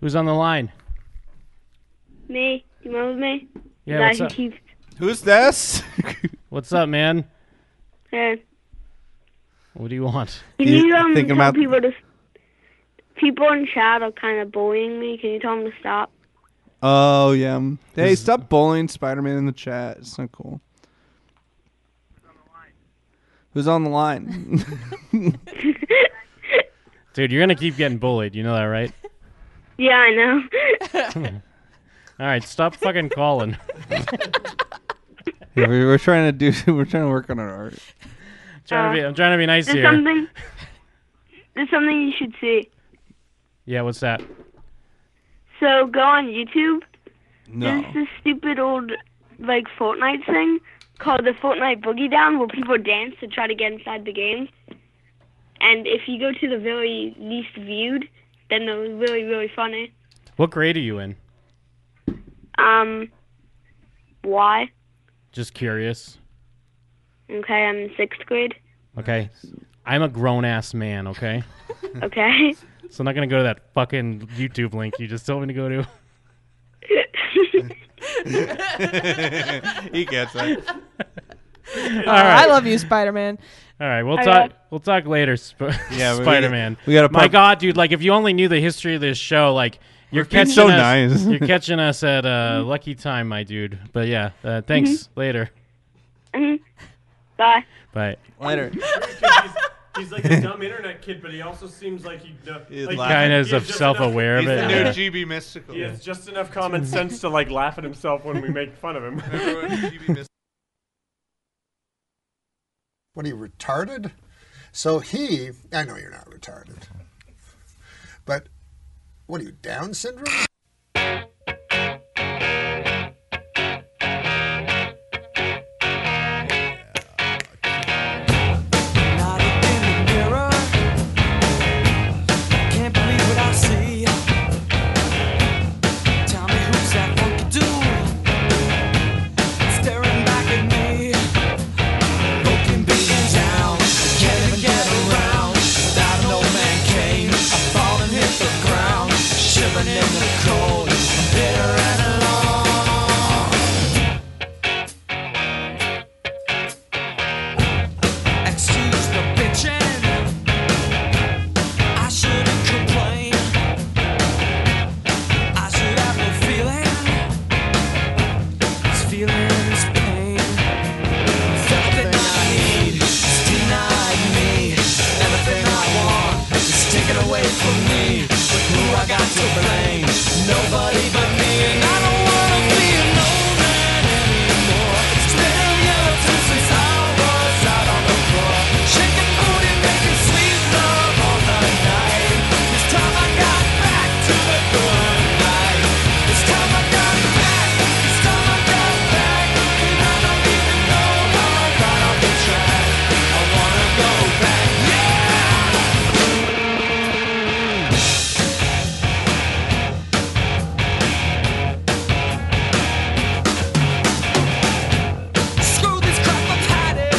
Who's on the line? Me. You mind with me? Yeah, Guy what's who up? keeps- Who's this? What's up, man? Yeah. What do you want? Can You you, uh, um, thinking tell about- people to... People in chat are kind of bullying me. Can you tell them to stop? oh yeah. Hey, stop bullying Spider-Man in the chat. It's not cool. Who's on the line? Dude, you're going to keep getting bullied. You know that, right? Yeah, I know. All right, stop fucking calling. Yeah, we- we're trying to do. We're trying to work on our art. trying to be, I'm trying to be nice There's here. something... There's something you should see. Yeah, what's that? So go on YouTube. No. There's this stupid old, like, Fortnite thing called the Fortnite Boogie Down where people dance to try to get inside the game. And if you go to the very least viewed, then they're really, really funny. What grade are you in? Um, why? Just curious. Okay, I'm in sixth grade. Okay. I'm a grown ass man, okay? Okay. So I'm not going to go to that fucking YouTube link you just told me to go to. he gets it. All Oh, I right. love you, Spider Man. All right, we'll I talk. got- We'll talk later. Sp- Yeah, we- we- Spider-Man. we gotta My pump- God, dude! Like, if you only knew the history of this show, like you're being catching so us. nice. You're catching us at uh, lucky time, my dude. But yeah, uh, thanks. Later. Mhm. Bye. Bye. Later. He's like a dumb internet kid, but he also seems like he kno- He's like, laughing. Kind of he has is just self-aware of enough- it. he's the Yeah. new GB Mystical. He has just enough common sense to like laugh at himself when we make fun of him. What are you, retarded? So he, I know you're not retarded, but what are you, Down syndrome? Not a thing in the mirror. Can't believe what I see. Tell me who's that funky dude staring back at me? Broken beaten down, can't even get around. Without an old man cave, I fall and hit the ground, shivering in the cold, bitter and alone. Excuse the bitching. I shouldn't complain. I should have no feeling. This feeling's pain. It's everything I need is denied me. Everything I want is taken away from me. But who I got to blame? Nobody but me. And I don't wanna be an old man anymore. It's been a year or two since I was out on the floor. Shaking booty, making sweet love all the night. This time I got back to the good life. This time I got back. This time I got back. And I don't even know how I got off the track. I wanna go back. Yeah! Screw this crap, I've had it.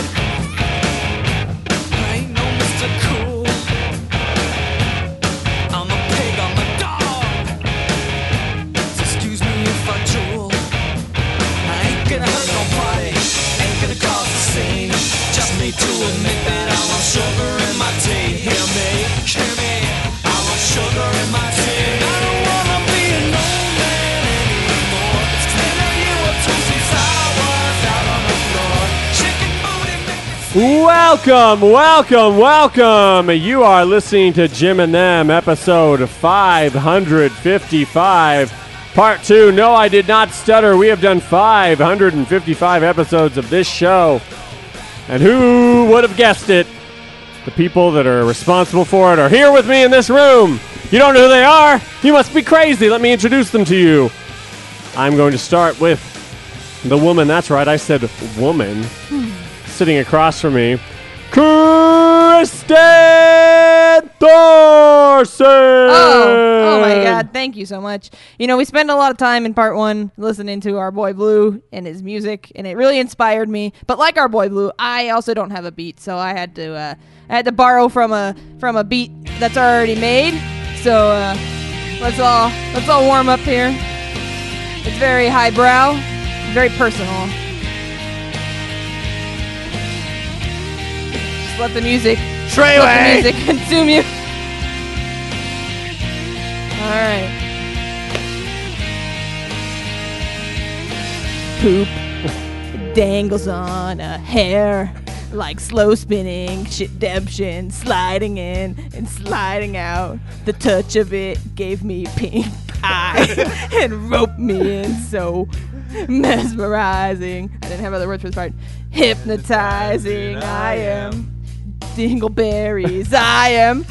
I ain't no Mr. Cool. I'm a pig, I'm a dog. So excuse me if I drool. I ain't gonna hurt nobody, ain't gonna cause a scene. Just need to admit that I want sugar in my tea. Hear me, hear me. I want sugar in my tea. And I don't wanna be an old man anymore. It's been a year or two since I was out on the floor, shaking booty, making. Welcome, welcome, welcome. You are listening to Jim and Them, episode 555, part two. No, I did not stutter. We have done 555 episodes of this show. And who would have guessed it? The people that are responsible for it are here with me in this room. You don't know who they are? You must be crazy. Let me introduce them to you. I'm going to start with the woman. That's right, I said woman Hmm. sitting across from me, Kristen Thorson. Uh, Oh, oh my God! Thank you so much. You know, we spent a lot of time in part one listening to our boy Blue and his music, and it really inspired me. But like our boy Blue, I also don't have a beat, so I had to uh, I had to borrow from a from a beat that's already made. So uh, Let's all let's all warm up here. It's very highbrow, very personal. Just let the music let the music consume you. All right. Poop dangles on a hair like slow spinning sedemption, sliding in and sliding out. The touch of it gave me pink eye and roped me in so mesmerizing. I didn't have other words for this part. Hypnotizing, I am. Dingleberries, I am.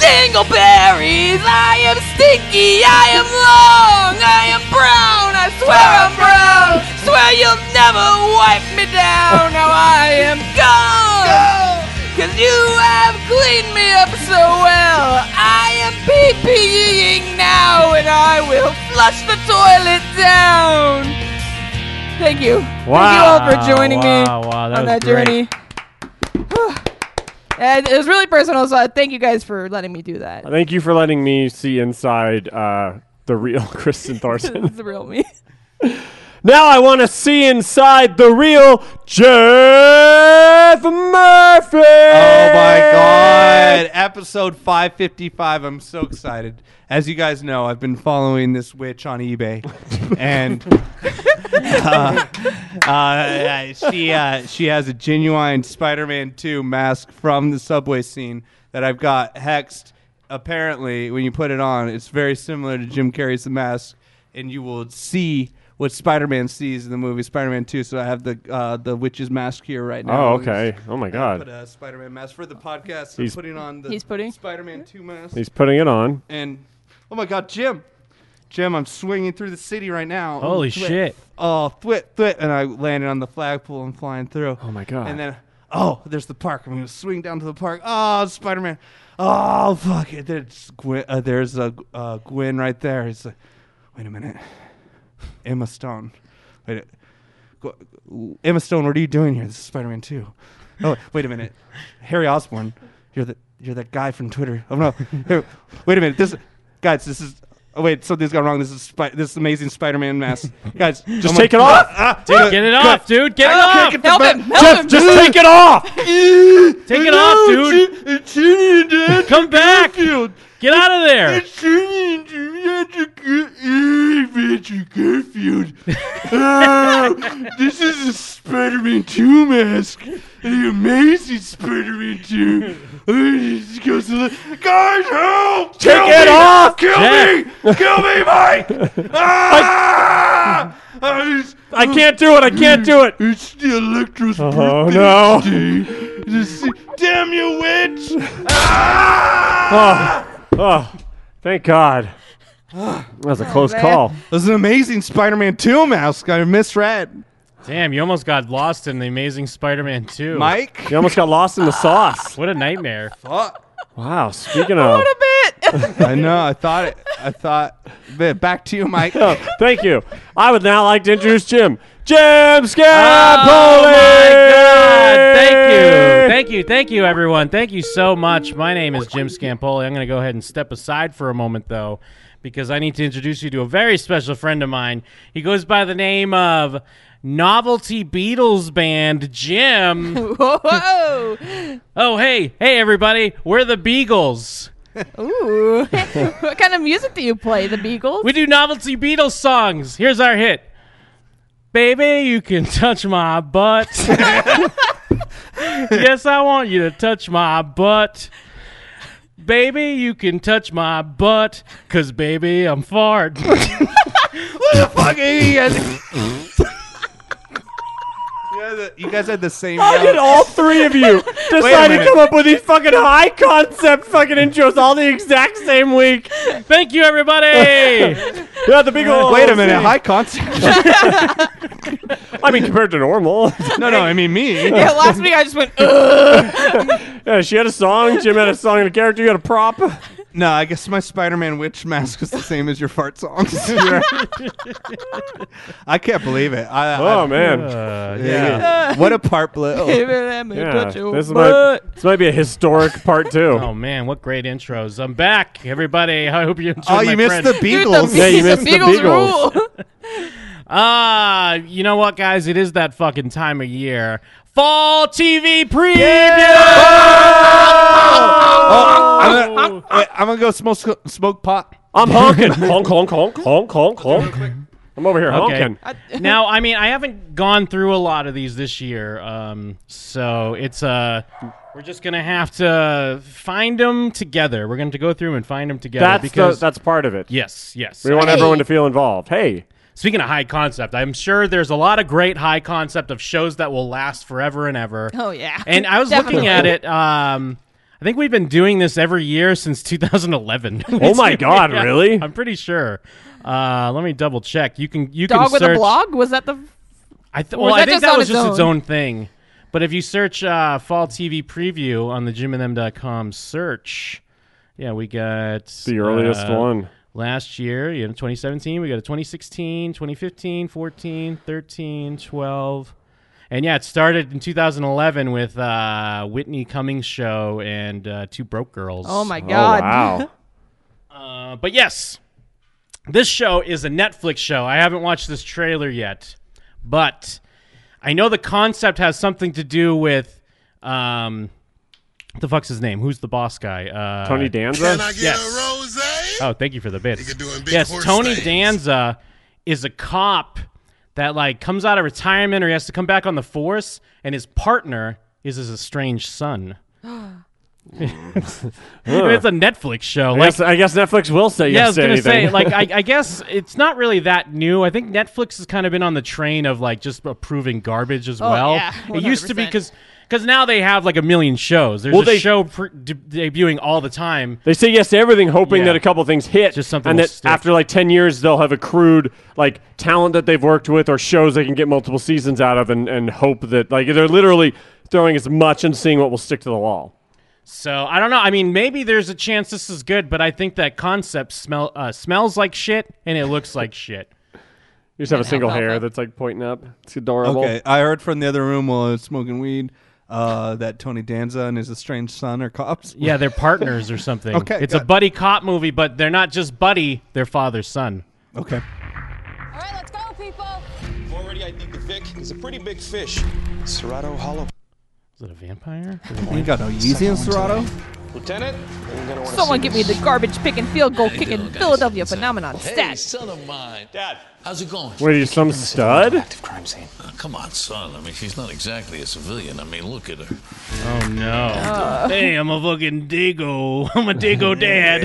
Dingleberries, I am stinky, I am long, I am brown, I swear I'm brown, swear you'll never wipe me down. Now I am gone, cause you have cleaned me up so well. I am PPEing now, and I will flush the toilet down. Thank you. Thank you all for joining me Wow, wow, that on was that great. journey. And it was really personal, so I thank you guys for letting me do that. Thank you for letting me see inside uh, the real Kristen Thorson. It's the real me. Now I want to see inside the real Jeff Murphy. Oh my god! Episode 555. I'm so excited. As you guys know, I've been following this witch on eBay, and uh, uh, she uh, she has a genuine Spider-Man 2 mask from the subway scene that I've got hexed. Apparently, when you put it on, it's very similar to Jim Carrey's The Mask, and you will see. What Spider-Man sees in the movie Spider-Man 2, so I have the uh, the witch's mask here right now. Oh okay. Oh my Put god. a Spider-Man mask for the podcast. He's- I'm putting on the He's putting- Spider-Man two mask. He's putting it on. and oh my God, Jim, Jim, I'm swinging through the city right now. Holy Oh, thwip. shit. Oh, thwip, thwip, and I landed on the flagpole and flying through. Oh my god. And then oh, there's the park. I'm gonna swing down to the park. Oh, Spider-Man. Oh fuck it. There's Gwen. Uh, there's a uh, Gwen right there. He's like, wait a minute, Emma Stone. Wait. A- Gw- Emma Stone, what are you doing here? This is Spider-Man 2. Oh, wait a minute. Harry Osborn, you're the you're that guy from Twitter. Oh no. Here, wait a minute. This guys, this is Oh wait, something's gone wrong. This is Spi- this amazing Spider-Man mask. Guys, Just Oh take it off. Ah, Dude, get it off, dude. Get it off. Take it Help him! Help Jeff, him! just take it off. Take it off, dude. It's Union, Dad. Come back. Get out of there. It's Union, Adventure Garfield. Oh, this is a Spider-Man 2 mask. The amazing Spider-Man 2. Oh, this goes to the- Guys, help! Take Kill it me! off! Kill me! Kill me, Mike! Ah! I just- I can't do it. I can't do it. It's the Electra's Oh, birthday no. today. The se- Damn you, witch! Oh, oh thank God. That was a close Oh, man. call. This is an amazing Spider-Man 2 mask. I misread. Damn, you almost got lost in the Amazing Spider-Man 2. Mike? You almost got lost in the sauce. What a nightmare. Wow. Speaking of. I know. I thought it. I thought. But Back to you, Mike. Oh, thank you. I would now like to introduce Jim. Jim Scampoli. Oh my God. Thank you. Thank you. Thank you, everyone. Thank you so much. My name is Jim Scampoli. I'm going to go ahead and step aside for a moment, though, because I need to introduce you to a very special friend of mine. He goes by the name of Novelty Beatles Band Jim. Whoa! oh, hey. Hey, everybody. We're the Beagles. Ooh. what kind of music do you play? The Beagles? We do novelty Beatles songs. Here's our hit. Baby, you can touch my butt. yes, I want you to touch my butt. Baby, you can touch my butt, cause baby, I'm fart. Fuck it, you guys. You guys had- You guys had the same. How did note. all three of you decide to minute. come up with these fucking high concept fucking intros all the exact same week? Thank you, everybody. Yeah, the big old. Wait a minute. High concept. I mean, compared to normal. no, no. I mean me. yeah, last week I just went, yeah, she had a song. Jim had a song and a character. You had a prop. Oh, No, I guess my Spider-Man witch mask was the same as your fart songs. You're- I can't believe it. I, Oh I- man. Uh, yeah. yeah. what a part blow. Let me yeah. touch your This might, butt. this might be a historic part two. Oh man, what great intros! I'm back, everybody. I hope you enjoyed Oh, you my missed friend. the Dude, Beagles. the, Yeah, you Beagles- missed the Beagles Beagles. rule. Ah, you know what, guys? It is that fucking time of year. Fall TV preview. Oh, I'm, gonna, wait, I'm gonna go smoke smoke pot. I'm honking. honk, honk, honk, honk, honk, honk. I'm over here Okay. honking. now, I mean, I haven't gone through a lot of these this year, um, so it's uh, we're just gonna have to find them together. We're gonna have to go through 'em and find them together That's because the, that's part of it. yes, yes. We want Hey. everyone to feel involved. Hey, Speaking of high concept, I'm sure there's a lot of great high concept of shows that will last forever and ever. Oh, yeah. And I was looking Definitely. at it. Um, I think we've been doing this every year since 2011. oh my God, really? I'm pretty sure. Uh, let me double check. You can you Dog can with search. a blog? Was that the. I th- Or was well, I that think just that on was its just its own? own thing. But if you search uh, fall TV preview on the jimandthem.com search, yeah, we got The earliest uh, one. last year you know 2017 we got a 2016 2015 14 13 12 and yeah it started in 2011 with uh, whitney cummings show and uh, two broke girls Oh, my God. Oh, wow. uh, but yes this show is a netflix show i haven't watched this trailer yet but i know the concept has something to do with um what the fuck's his name who's the boss guy uh Tony Danza? I get Yes. rose? Oh, thank you for the bits. doing big Yes, horse Tony things. Danza is a cop that like comes out of retirement or he has to come back on the force, and his partner is his estranged son. it's a Netflix show. I, like, guess, I guess Netflix will say yeah, I yes was to gonna anything. say, like, I, I guess it's not really that new. I think Netflix has kind of been on the train of like just approving garbage as well. Oh, yeah, it used to be 100%. because because now they have like a million shows. There's Well, a they- show pre- de- debuting all the time. They say yes to everything, hoping Yeah. that a couple things hit, Just something and will that stick. after like ten years, they'll have accrued like talent that they've worked with or shows they can get multiple seasons out of, and, and hope that like they're literally throwing as much and seeing what will stick to the wall. So I don't know. I mean, maybe there's a chance this is good, but I think that concept smell uh, smells like shit and it looks like shit. You just have a single hair alfalfa. that's like pointing up. It's adorable. Okay, I heard from the other room while I was smoking weed uh, that Tony Danza and his estranged son are cops. Yeah, they're partners or something. Okay, it's a got- buddy cop movie, but they're not just buddy; they're father son. Okay. All right, let's go, people. Already, I think the Vic is a pretty big fish. Serrato Hollow. Is it a vampire? You got no Yeezy in Serato? Lieutenant, you're gonna want Someone give me the garbage picking field goal kicking Philadelphia phenomenon Hey, stat. son of mine. Dad. How's it going? Wait, you some stud? crime scene. Uh, come on, son. I mean, she's not exactly a civilian. I mean, look at her. Oh no! hey, I'm a fucking Dago. I'm a Dago dad.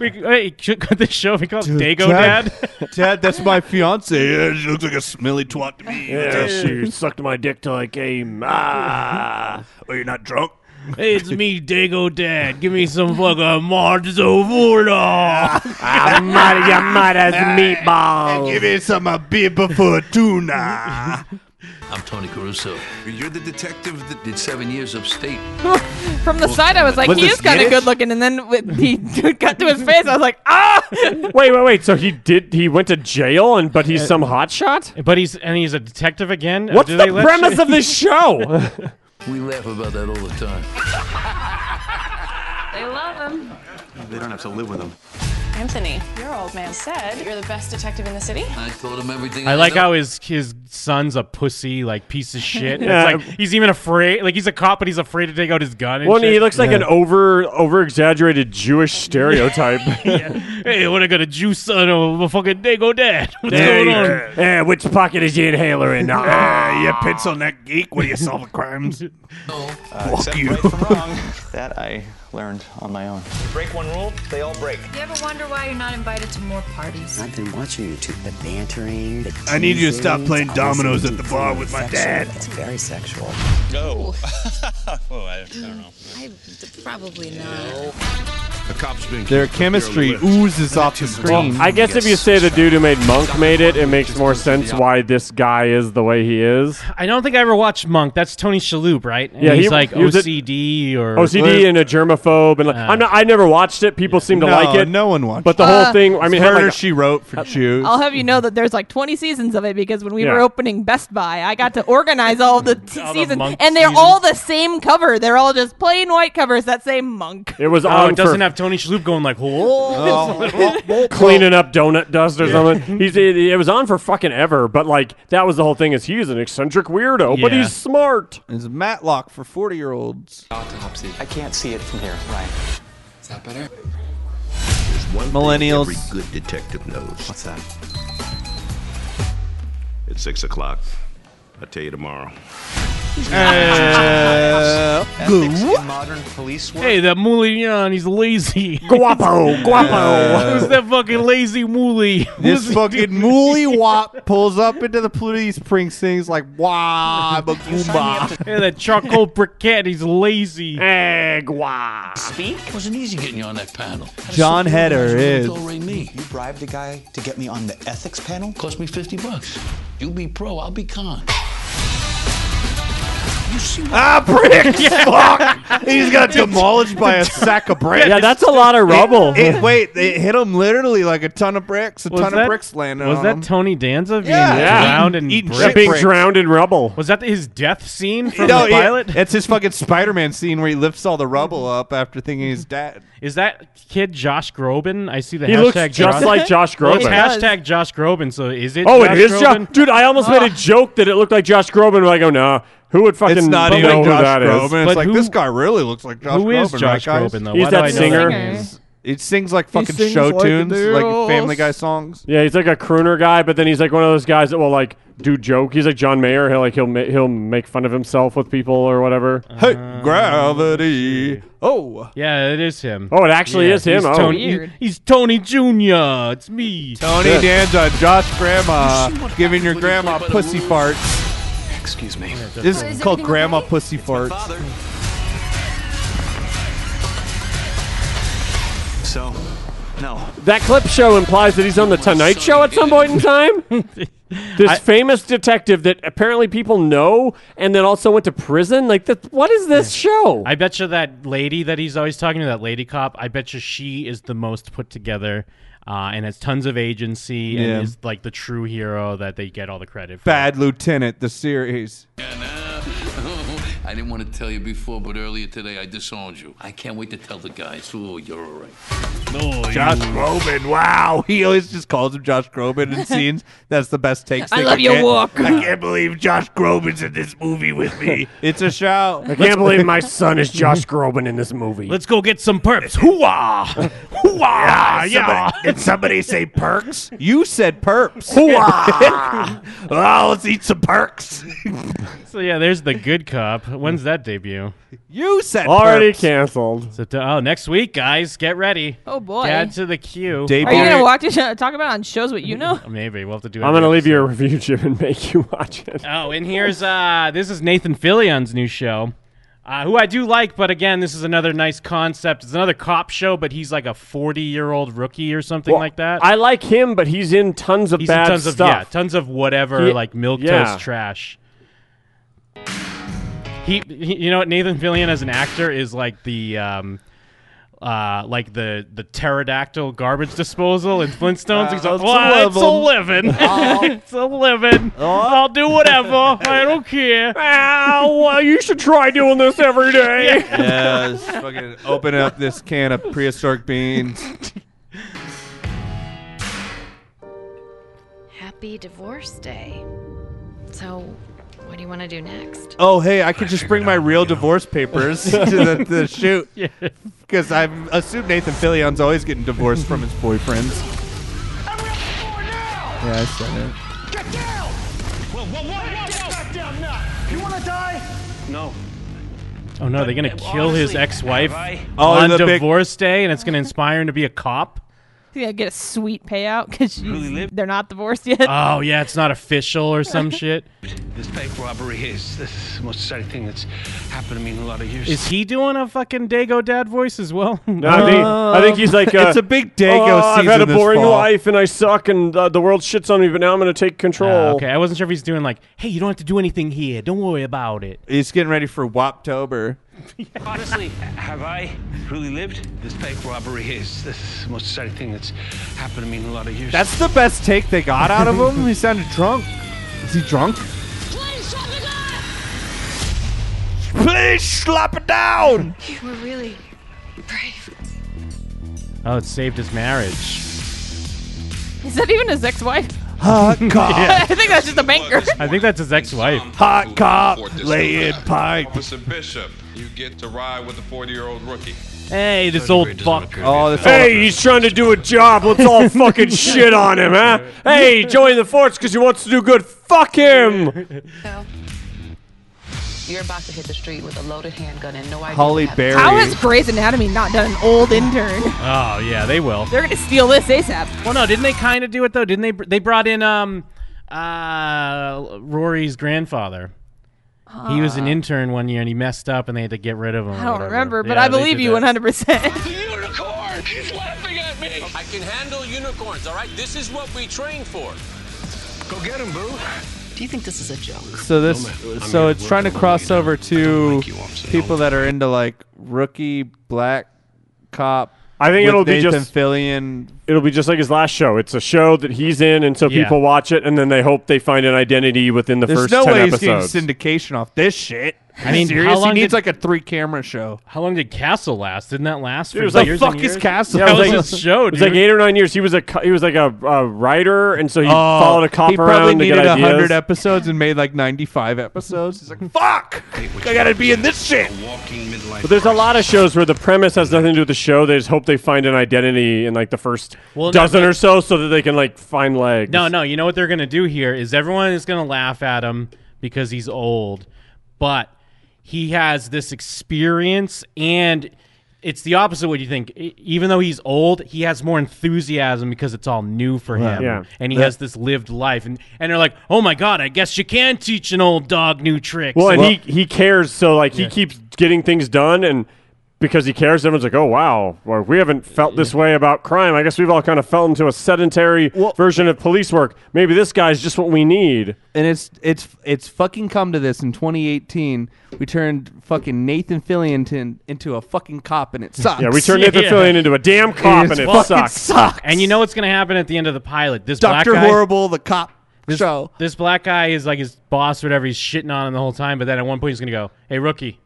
we, wait, should could this show be called Dago Dad? Dad, that's my fiance. Yeah, she looks like a smelly twat to me. Yeah, she sucked my dick till I came. Ah. Oh, you're not drunk? hey, it's me, Dago Dad. Give me some fucking Marzo Vula. I'm out of your mother's meatballs. me some uh, beer before tuna. I'm Tony Caruso. You're the detective that did seven years upstate. From the side, I was like, Was he this is kind of Yiddish? good looking. And then with he got to his face. I was like, ah! Wait, wait, wait. So he did. He went to jail, and but he's some hotshot. But he's and he's a detective again. What's Do the they let premise shit- of this show? We laugh about that all the time. They love him. They don't have to live with him. Anthony, your old man said you're the best detective in the city. I told him everything. I like know. how his his son's a pussy, like piece of shit. Yeah. It's like he's even afraid. Like he's a cop, but he's afraid to take out his gun. And Well, shit. he looks like an over over exaggerated Jewish stereotype. hey, what I got a Jew son of a fucking Dago dad? What's going on? which pocket is your inhaler in? you pencil neck geek. What do you solve crimes? Uh, Except you. right from wrong. That I learned on my own. You break one rule, they all break. You ever wonder why you're not invited to more parties? I've been watching you two. The bantering, the I need you to stop teasing, playing it's obviously dominoes at the deeply bar with my sexual. dad. It's very sexual. Go. oh, I, I don't know. I, probably not. A cop's being Their kicked up here on the chemistry lift. oozes off the Well, screen. I guess if you say the dude who made Monk made it, it makes more sense why this guy is the way he is. I don't think I ever watched Monk. That's Tony Shalhoub, right? And Yeah, he's he- like he was Oh, a- OCD or OCD and a germaphobe, and like, I'm not. I never watched it. People seem to No, like it. no one watched But the it. whole Uh, thing. I mean, had Murder like a- She Wrote for Jews. I'll have you know that there's like 20 seasons of it because when we Yeah. were opening Best Buy, I got to organize all the t- All the seasons, monk and they're seasons. all the same cover. They're all just plain white covers that say monk. it was Oh, on it doesn't for have Tony Shalhoub going like, Oh. "Whoa." cleaning up donut dust or something. He's it, it was on for fucking ever. But like that was the whole thing. Is he's an eccentric weirdo, but Yeah. he's smart. It's Matlock for 40 year olds. Autopsy. I can't see it from here, Ryan. Is that better? One thing Millennials. every good detective knows. What's that? It's six o'clock. I'll tell you tomorrow. Uh, Ethics in modern police work. hey, that Mullion, he's lazy. Guapo, Uh, guapo. Who's that fucking lazy Mooly? this fucking mooly wop pulls up into the police precincts like, wah, I'm a goomba. Yeah, that charcoal briquette, he's lazy. Eh, guap. Speak? wasn't easy getting you on that panel. Had a John simple Heder arrangement is- with Doreen me. You bribed a guy to get me on the ethics panel? Cost me 50 bucks. You be pro, I'll be con. You see what ah, pricks! Fuck! He's got demolished by a sack of bricks. Yeah, that's a lot of rubble. It, it- wait, it hit him literally like a ton of bricks. A Was ton that- of bricks landed Was on that him. Tony Danza being Yeah. Yeah. drowned in Eating brick? Yeah, being Shipwreck. drowned in rubble. Was that his death scene from no, the pilot? It, it's his fucking Spider-Man scene where he lifts all the rubble up after thinking he's dead. Is that kid Josh Groban? I see the He hashtag looks Josh- just like Josh Well, it's Groban. hashtag Josh Groban. So is it? Oh, Josh it is Groban? Ah. Josh. Dude, I almost made a joke that it looked like Josh Groban. Like, oh no, who would fucking It's not know even who Josh that is? Groban. It's But like who- this guy really looks like Josh Who Groban. is Josh right, guys? Groban though? He's Why that do I know singer. That name? He sings like fucking sings show like tunes, like this. Family Guy songs. Yeah, he's like a crooner guy, but then he's like one of those guys that will like do joke. He's like John Mayer. He'll like he'll ma- he'll make fun of himself with people or whatever. Hey, gravity. Oh. Yeah, it is him. Oh, it actually Yeah, is him. He's Oh. Tony, Weird. he's Tony Jr. It's me. Tony Danza, Josh Grandma, You see what giving happens your when you grandma play by the pussy rules? farts. Excuse me. Is This is called everything Grandma okay? Pussy Farts. Father. So, no. That clip show implies that he's on the Tonight Show at some point in time. this famous detective that apparently people know, and then also went to prison. Like, that, what is this show? I bet you that lady that he's always talking to, that lady cop. I bet you she is the most put together. Uh, and has tons of agency Yeah. and is like the true hero that they get all the credit for. Bad Lieutenant, the series. I didn't want to tell you before, but earlier today I disowned you. I can't wait to tell the guys. Oh, you're all right. Josh Groban, wow. He always just calls him Josh Groban in scenes. That's the best takes. I they love can your get. walk. I can't believe Josh Groban's in this movie with me. it's a shout. I can't believe my son is Josh Groban in this movie. Let's go get some perps. Ah. Hooah! Ah, Hooah! Yeah. Did somebody say perks? You said perps. Hooah! oh, let's eat some perks. so yeah, there's the good cop. When's that debut? You said Already perps. canceled. So oh, next week, guys, get ready. Oh boy. Add to the queue. Are you Debut. gonna watch it, talk about it on shows what you know? Maybe we'll have to do. I'm every gonna leave you a episode. review, Jim, and make you watch it. Oh, and here's uh, this is Nathan Fillion's new show, uh, who I do like, but again, this is another nice concept. It's another cop show, but he's like a 40 year old rookie or something Well, like that. I like him, but he's in tons of he's in bad tons of yeah, stuff. tons of whatever He- like milk yeah. toast trash. He, he, you know what Nathan Fillion as an actor is like the. Um, uh, like the the pterodactyl garbage disposal in Flintstones. He's like, Uh, it's well, it's a a living. Uh-huh. it's a living. I'll do whatever. I don't care. Ow! well, uh, you should try doing this every day. Yes. Fucking open up this can of prehistoric beans. Happy divorce day. So, what do you want to do next? Oh, hey, I could just bring my real divorce papers to the, the shoot. Because I assume Nathan Fillion's always getting divorced from his boyfriends. Yeah, I said it. Oh no, they're gonna kill his ex-wife Oh, on the big- divorce day, and it's gonna inspire him to be a cop. She's gonna get a sweet payout because Really live- they're not divorced yet. Oh yeah, it's not official or some shit. This bank robbery is the most exciting thing that's happened to me in a lot of years. Is he doing a fucking Dago Dad voice as well? No, I think, I think he's like. Uh, oh, I've had a boring life and I suck and uh, the world shits on me, but now I'm going to take control. Oh, okay, I wasn't sure if he's doing like, hey, you don't have to do anything here. Don't worry about it. He's getting ready for Waptober. Honestly, have I really lived? This bank robbery is the most exciting thing that's happened to me in a lot of years. That's the best take they got out of him. he sounded drunk. Is he drunk? Please slap it down. You were really brave. Oh, it saved his marriage. Is that even his ex-wife? Hot cop. I think that's just a banker. I think that's his ex-wife. Hot cop, laying pipe. Officer Bishop, you get to ride with a 40-year-old rookie. Hey, this old fuck. Oh, hey, he's trying to do a job. Let's all fucking shit on him, huh? Hey, join the force because he wants to do good. Fuck him. You're about to hit the street with a loaded handgun and no idea. Holly what Berry. How has Grey's Anatomy not done an old intern? Oh yeah, they will. They're gonna steal this ASAP. Well, Oh, no, didn't they kind of do it though? Didn't they? br- They brought in um, uh, Rory's grandfather. He was an intern one year and he messed up and they had to get rid of him. or Ah. I don't whatever. remember, but Yeah, I they believe did you that. 100%. Unicorn! He's laughing at me! I can handle unicorns, all right? This is what we train for. Go get him, boo. Do you think this is a joke? So this, so it's trying to cross over to people that are into like rookie black cop. I think with it'll be Nathan just Fillion. It'll be just like his last show. It's a show that he's in, and so Yeah. people watch it, and then they hope they find an identity within the There's first no ten way he's episodes. getting syndication off this shit. I mean, serious? how long he needs did- like a three-camera show. How long did Castle last? Didn't that last Dude, for it was like, years fuck and is years? Castle? Yeah, that was It his show, It was like dude. eight or nine years. He was a co- he was like a, a writer, and so he followed a cop Oh, he probably around to needed get ideas. hundred episodes and made like ninety-five episodes. He's like, fuck, I gotta be in this shit. But there's a lot of shows where the premise has nothing to do with the show. They just hope they find an identity in like the first Well, no, dozen or so, so that they can like find legs. No, no. You know what they're gonna do here is everyone is gonna laugh at him because he's old, but he has this experience, and it's the opposite of what you think. E- Even though he's old, he has more enthusiasm because it's all new for Right. him, Yeah. and he Yeah. has this lived life. and And they're like, "Oh my god, I guess you can teach an old dog new tricks." Well, and he he cares, so like he keeps getting things done, and because he cares, everyone's like, "Oh wow, well, we haven't felt this way about crime. I guess we've all kind of fell into a sedentary version of police work. Maybe this guy's just what we need." And it's it's it's fucking come to this in 2018. We turned fucking Nathan Fillion to, into a fucking cop, and it sucks. Yeah, we turned Nathan Fillion into a damn cop, and it fucking sucks. sucks. And you know what's going to happen at the end of the pilot? This Doctor black guy, Horrible, the cop this, show. This black guy is like his boss, or whatever. He's shitting on him the whole time, but then at one point he's going to go, "Hey, rookie,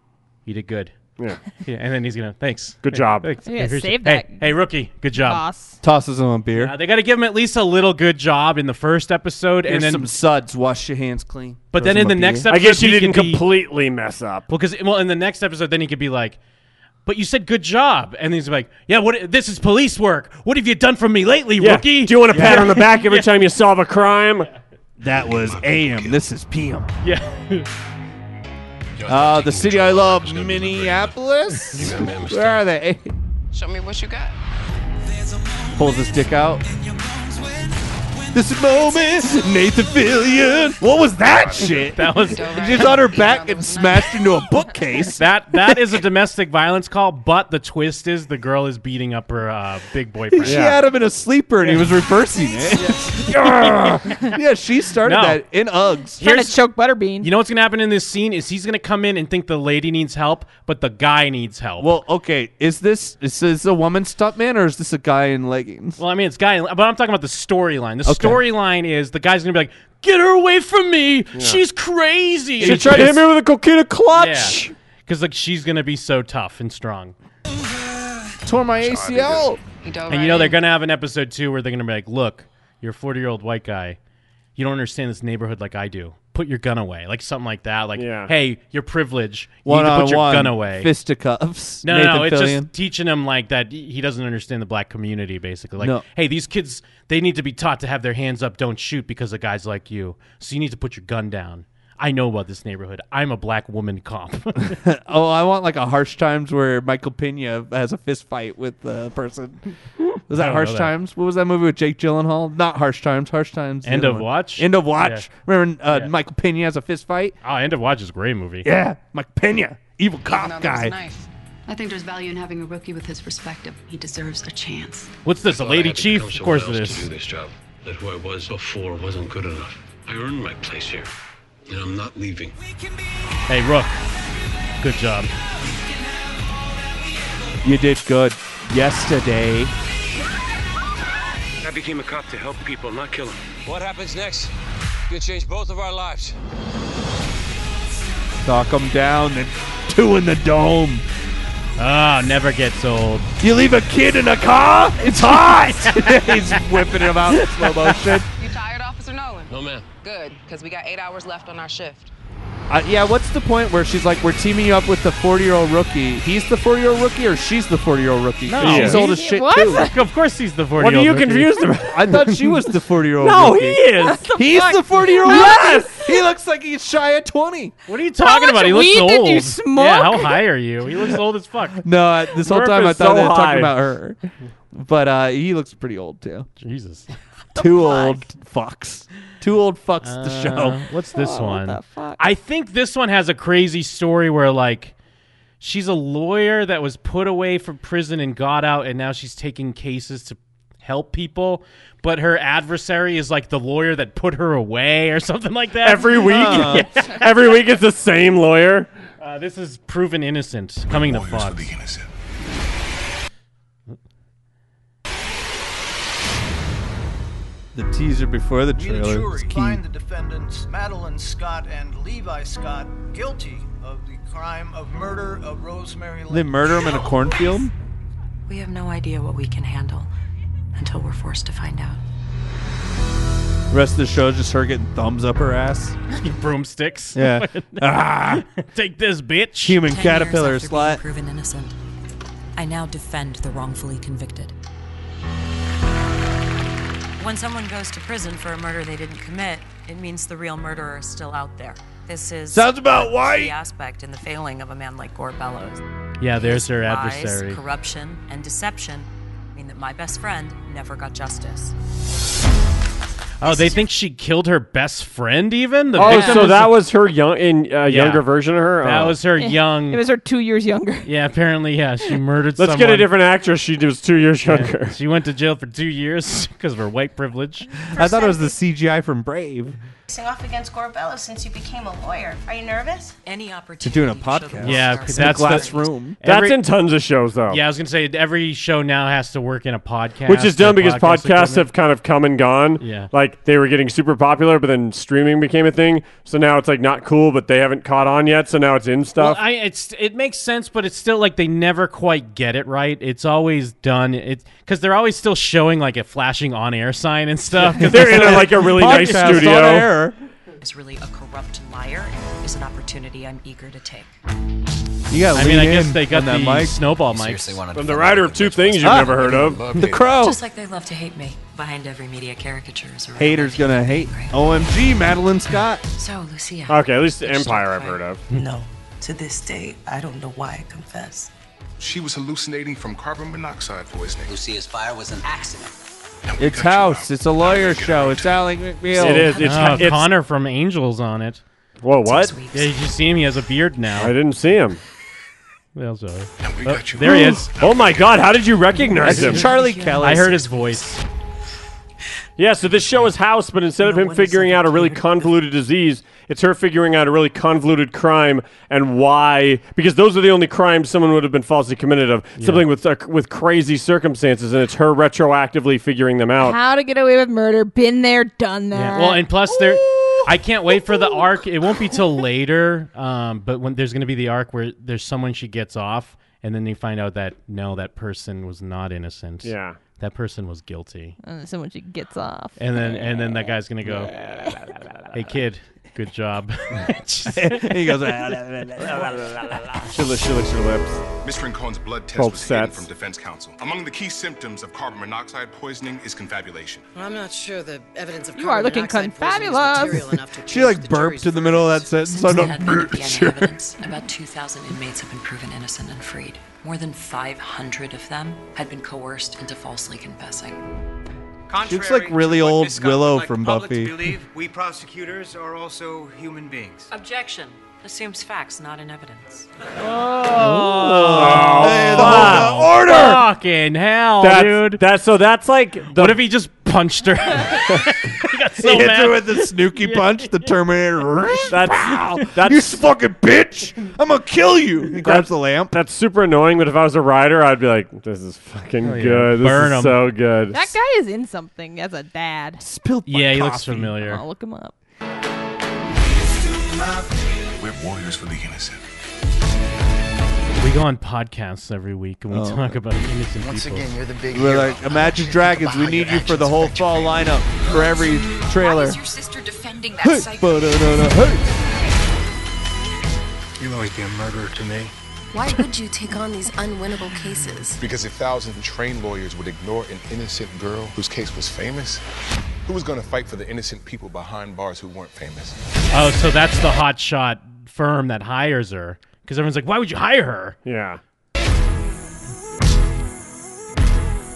you did good." Yeah. and then he's going to thanks. Good Hey, job. Thanks. Yeah, I save appreciate- hey, that Hey, rookie, good job. Boss. Tosses him a beer. Uh, they got to give him at least a little good job in the first episode, Here's and then some suds. Wash your hands clean. But Throws then him in a the next beer. episode, he could be- completely mess up. Well, because well, in the next episode, then he could be like, "But you said good job," and he's like, "Yeah, what? This is police work. What have you done for me lately, Yeah. rookie? Do you want a pat on the back every time you solve a crime? That was AM. This is PM. Yeah. Uh, the city I love, Minneapolis. Where are they? Show me what you got. Pulls his dick out. This moment, Nathan Fillion. What was that shit? That was- She's on her back and smashed into a bookcase. That that is a domestic violence call, but the twist is the girl is beating up her uh, big boyfriend. She had him in a sleeper and he was reversing it. yeah, Yeah, she started No. that in Uggs. Trying to Here's- choke Butterbean. You know what's gonna happen in this scene is he's gonna come in and think the lady needs help, but the guy needs help. Well, okay. Is this is this a woman stuntman or is this a guy in leggings? Well, I mean it's guy, but I'm talking about the storyline. The Okay. storyline is the guy's gonna be like, "Get her away from me! She's crazy." She tried to hit me with a coquita clutch. Yeah, because like she's gonna be so tough and strong. Tore my ACL. And you know they're gonna have an episode too where they're gonna be like, "Look, you're a 40 year old white guy. You don't understand this neighborhood like I do. Put your gun away." Like something like that. Like, "Hey, your privilege. You One need to on put your one, gun away." Fisticuffs. No, Nathan no, it's Fillion. just teaching him like that. He doesn't understand the black community, basically. Like, No. hey, these kids, they need to be taught to have their hands up, don't shoot, because of guys like you. So you need to put your gun down. I know about this neighborhood. I'm a black woman cop. Oh, oh, I want like a harsh times where Michael Pena has a fist fight with the person. Was I that don't know Harsh that. Times? What was that movie with Jake Gyllenhaal? Not Harsh Times. Harsh Times. the End other of one. Watch? End of Watch. Yeah. Remember uh, Yeah. Michael Pena has a fist fight? Oh, End of Watch is a great movie. Yeah, Mike Pena, evil cop Now, there was a guy. knife. I think there's value in having a rookie with his perspective. He deserves a chance. What's this? A lady had to chief? become Of course it someone else To is. do this job, that who I was before wasn't good enough. I earned my place here, and I'm not leaving. Hey Rook, good job. You did good yesterday. I became a cop to help people, not kill them. What happens next could change both of our lives. Knock him down and two in the dome. Ah, never gets old. You leave a kid in a car? It's hot. He's whipping him out in slow motion. You tired, Officer Nolan? No, ma'am. Good, because we got eight hours left on our shift. Uh, yeah, what's the point where she's like, we're teaming you up with the 40 year old rookie? He's the 40 year old rookie or she's the 40 year old rookie? No. she's Yeah. old as He shit, was? too. Of course he's the 40 What are year old you rookie. confused about? I thought she was the 40 year old No, rookie. he is. What the He's fuck? the 40 year old Yes! rookie. He looks like he's shy of 20. What are you How talking much about? He weed looks did old. you smoke? Yeah, how high are you? He looks old as fuck. No, I- this whole Murph time I is thought so they were high. talking about her. But uh, he looks pretty old, too. Jesus. Two old fucks. Two old fucks the Uh, show. Uh-huh. What's this one? I think this one has a crazy story where like she's a lawyer that was put away from prison and got out, and now she's taking cases to help people. But her adversary is like the lawyer that put her away or something like that. Every week, Uh, every week it's the same lawyer. uh, this is proven innocent coming to Fox. The teaser before the The trailer was jury key. find the defendants Madeline Scott and Levi Scott guilty of the crime of murder of Rosemary Lane. They murder him in a cornfield? We have no idea what we can handle until we're forced to find out. Rest of the show is just her getting thumbs up her ass. Broomsticks. Yeah. ah, Take this, bitch. Human Ten caterpillar years after being slut. Proven innocent. I now defend the wrongfully convicted. When someone goes to prison for a murder they didn't commit, it means the real murderer is still out there. This is Sounds about the right. aspect in the failing of a man like Gore Bellows. Yeah, there's her Lies, adversary. corruption, and deception mean that my best friend never got justice. Oh, they think she killed her best friend, even the oh, victim so is- that was her young, in uh, Yeah. younger version of her. That Oh. was her young. It was her two years younger. Yeah, apparently, yeah, she murdered. Let's get a someone. different actress. She was two years Yeah. younger. She went to jail for two years because of her white privilege. I thought it was the CGI from Brave. Facing off against Gorbello since you became a lawyer. Are you nervous? Any opportunity. They're doing a podcast. Yeah, It's because in a that's glass the, room. That's in tons of shows, though. Yeah, I was gonna say every show now has to work in a podcast, Which is dumb or because podcasts podcast have kind of come and gone. Yeah. Like they were getting super popular, but then streaming became a thing. So now it's like not cool, but they haven't caught on yet. So now it's in Well, stuff. I, it's it makes sense, but it's still like they never quite get it right. It's always done it because they're always still showing like a flashing on air sign and stuff. 'cause They're in a, like a really nice Podcast studio. on air. Is really a corrupt liar is an opportunity I'm eager to take. You gotta I mean, I lean guess in they got on that the mic. snowball mic. Seriously wanted to From the writer of two things you've never heard of, The Crow. Just like they love to hate me. Behind every media caricature is a Haters gonna hate. OMG, Madeline Scott. So, Lucia. okay, at least Empire I've heard of. No. To this day, I don't know why I confess. She was hallucinating from carbon monoxide poisoning. Lucia's fire was an accident. It's House. It's a lawyer show. It's Alec McNeil. It is. It's, Uh, Connor from Angels on it. Whoa, what? Yeah, you should see him. He has a beard now. I didn't see him. Well, sorry. Oh, there he is. Oh my God! How did you recognize him? That's Charlie Kelly. I heard his voice. Yeah, so this show is House, but instead of him figuring out a really convoluted disease, it's her figuring out a really convoluted crime and why. Because those are the only crimes someone would have been falsely committed of. Something with uh, with crazy circumstances, and it's her retroactively figuring them out. How to get away with murder? Been there, done that. Yeah, Well, and plus there, I can't wait for the arc. It won't be till later, um, but when there's going to be the arc where there's someone she gets off, and then they find out that no, that person was not innocent. Yeah. that person was Mm. guilty. Oh, And then someone she gets off. And then and then that guy's going to go, "Hey kid, Good job. he goes. "Ah, she, licks, she licks her lips. Mr. Cohn's blood test Both was hidden sets. from defense counsel. Among the key symptoms of carbon monoxide poisoning is confabulation. Well, I'm not sure the evidence of You are carbon looking monoxide poisoning is confabulous. material enough to like burped in the middle of that sentence. Since I'm they not had no sure. evidence. About 2,000 inmates have been proven innocent and freed. More than 500 of them had been coerced into falsely confessing. She looks like really old Willow from Buffy. believe we prosecutors are also human beings. Objection. Assumes facts, not in evidence. Oh, Hey, the whole- the order! Fucking hell, That's- dude. That's so. That's like. The, What if he just punched her? he got so he hits mad. her with the snooky punch, the Terminator. That's that's you fucking bitch! I'm gonna kill you. He grabs the lamp. That's super annoying. But if I was a writer, I'd be like, "This is fucking yeah. good. This Burn is 'em." so good." That guy is in something as a dad. Spilled yeah, he looks familiar. Oh. I'll look him up. We're warriors for the innocent. We go on podcasts every week and we Oh. talk about innocent Once people. again, you're the big We're hero. like, Imagine Dragons. We need you for the whole fall lineup for every trailer. sister defending Hey, ba-da-da-da, hey. You'll always be a murderer to me. Why would you take on these unwinnable cases? Because if thousands of trained lawyers would ignore an innocent girl whose case was famous, who was going to fight for the innocent people behind bars who weren't famous? Oh, so that's the hot shot firm that hires her. Because everyone's like, why would you hire her? Yeah.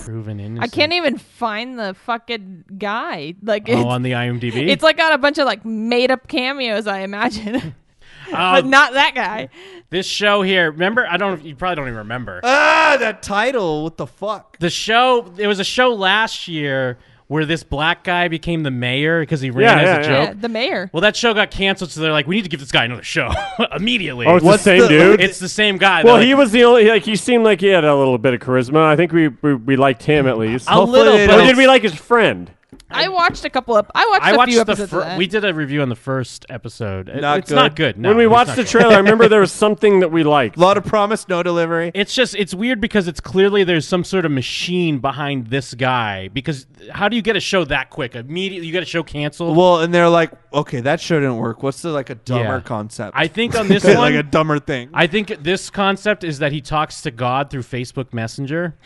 Proven innocent. I can't even find the fucking guy. Like Oh, it's, on the IMDb? it's like got a bunch of like made up cameos. I imagine, Oh, but not that guy. this show here. Remember? I don't. You probably don't even remember. Uh. Ah, that title. What the fuck? The show. It was a show last year where this black guy became the mayor because he ran Yeah, as yeah, a yeah. joke. Yeah, Uh, the mayor. Well, that show got canceled, so they're like, we need to give this guy another show immediately. Oh, it's the What's same the- dude. It's the same guy. well, They're he like, was the only. Like he seemed like he had a little bit of charisma. I think we we, we liked him at least. a Hopefully little, they but Or don't- did we like his friend? I watched a couple of. I watched I a watched few the. episodes. of Fir- that. we did a review on the first episode. It- Not it's not good. good. No, when we it's watched not the good. trailer, I remember there was something that we liked. Lot of promise, no delivery. It's just it's weird because it's clearly there's some sort of machine behind this guy. Because how do you get a show that quick? Immediately you get a show canceled. Well, and they're like, okay, that show didn't work. What's the like a dumber Yeah. concept? I think on this like one- a dumber thing. I think this concept is that he talks to God through Facebook Messenger,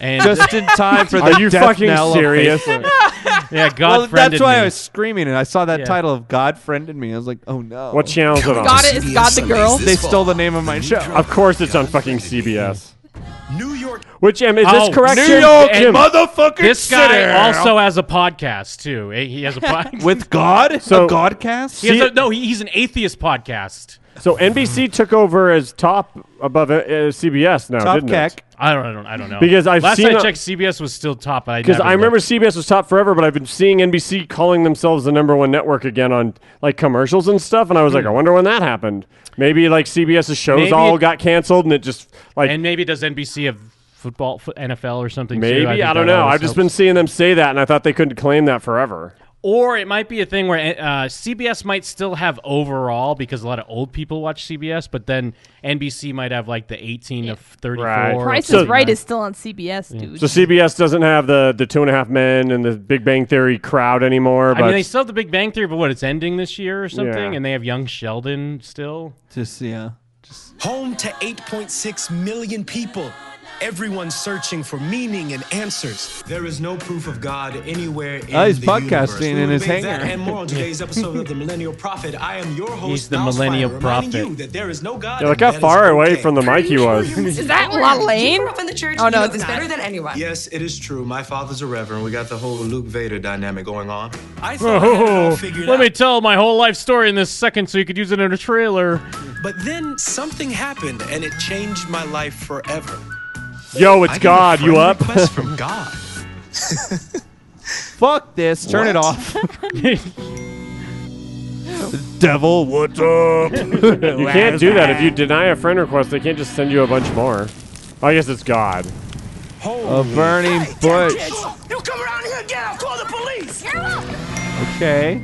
and Just in time for the Are you death fucking knell of serious? Facebook. yeah, God well, friended that's why me. I was screaming, and I saw that Yeah. title of God friended me. I was like, oh no. What channel is it on? Got it. It's God the girl. They stole the name of my show. Of course, it's on fucking CBS. New York. Which Em, is Oh, this correct? New Jim? York, Jim, motherfucking this guy city. also has a podcast too. Eh, He has a podcast. with God. So- a Godcast. he has a, no, he, he's an atheist podcast. So NBC took over as top above uh, uh, CBS now, Top didn't Keck. it? I don't, I don't, I don't know. Because I've last seen I a- checked, CBS was still top. Because I remember CBS was top forever, but I've been seeing NBC calling themselves the number one network again on like commercials and stuff, and I was like, I wonder when that happened. Maybe like CBS's shows Hmm. Maybe all it- got canceled, and it just like and maybe does NBC have football, fo- NFL, or something? too? maybe think I, don't that know. always I've just helps. been seeing them say that, and I thought they couldn't claim that forever. Or it might be a thing where uh, CBS might still have overall because a lot of old people watch CBS, but then NBC might have like the 18 to 34. Right. or Price So- is Right is still on CBS, dude. So CBS doesn't have the the Two and a Half Men and the Big Bang Theory crowd anymore. I But mean, they still have the Big Bang Theory, but what, it's ending this year or something? Yeah. And they have Young Sheldon still? Just yeah. Home to 8.6 million people. Everyone searching for meaning and answers. There is no proof of God anywhere in Oh, he's the universe. podcasting in We his debate hangar. That and more on today's episode of the Millennial Prophet. I am your host, He's the Miles Millennial Fryer, reminding Prophet. you that there is no God. yeah, look and how that is far away okay. from the mic he was. Is that La Lane? Oh no, it's not. than anyone. Yes, it is true. My father's a reverend. We got the whole Luke Vader dynamic going on. I thought I had it all Oh, figured let out. me tell my whole life story in this second so you could use it in a trailer. But then something happened and it changed my life forever. Yo, I it's got a God. You friend up? Request from God. Fuck this. Turn it What? off. Devil, what's up? You can't do that. If you deny a friend request, they can't just send you a bunch more. I guess it's God. A burning bush. You come around here again, I'll call the police. Okay.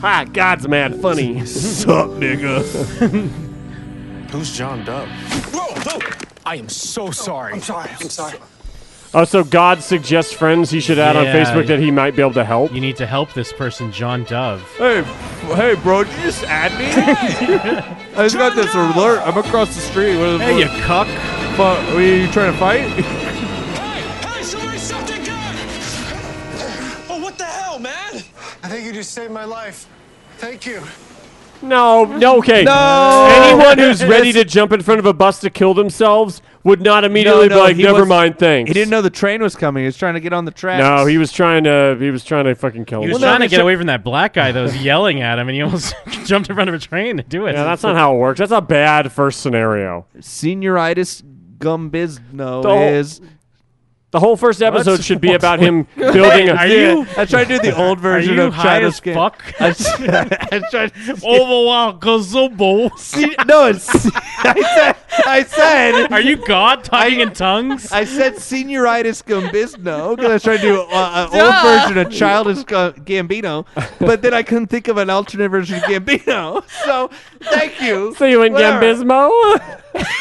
Ha! God's mad funny. Sup, nigga. Whoa, whoa. I am so sorry. I'm sorry. I'm sorry. Oh, so God suggests friends he should add on Yeah. Facebook that he might be able to help. You need to help this person, John Dove. Hey, hey, bro, did you just add me? I just got this alert. I'm across the street. What, Hey, you cuck. But, are you trying to fight? Oh, what the hell, man? I think you just saved my life. Thank you. No, no, okay. No! Anyone who's ready to It's- jump in front of a bus to kill themselves would not immediately No, no, be like, he never was- mind, thanks. He didn't know the train was coming. He was trying to get on the track. No, he was trying to. He was trying to fucking kill. He was himself. trying to get away from that black guy that was yelling at him, and he almost jumped in front of a train to do it. Yeah, that's not how it works. That's a bad first scenario. Senioritis gumbizno The whole- is. The whole first episode What's- should be what's about with- him building. a Are you- I tried to do the old Are version you of high China's as skin. fuck? I, I tried. Overwall gazumbo. See, no, it's, I said. I said. Are you God talking in tongues? I said senioritis gambisno because I was trying to do uh, an old Duh. version of childish Ga- Gambino, but then I couldn't think of an alternate version of Gambino. So thank you. So you in Whatever. Gambismo?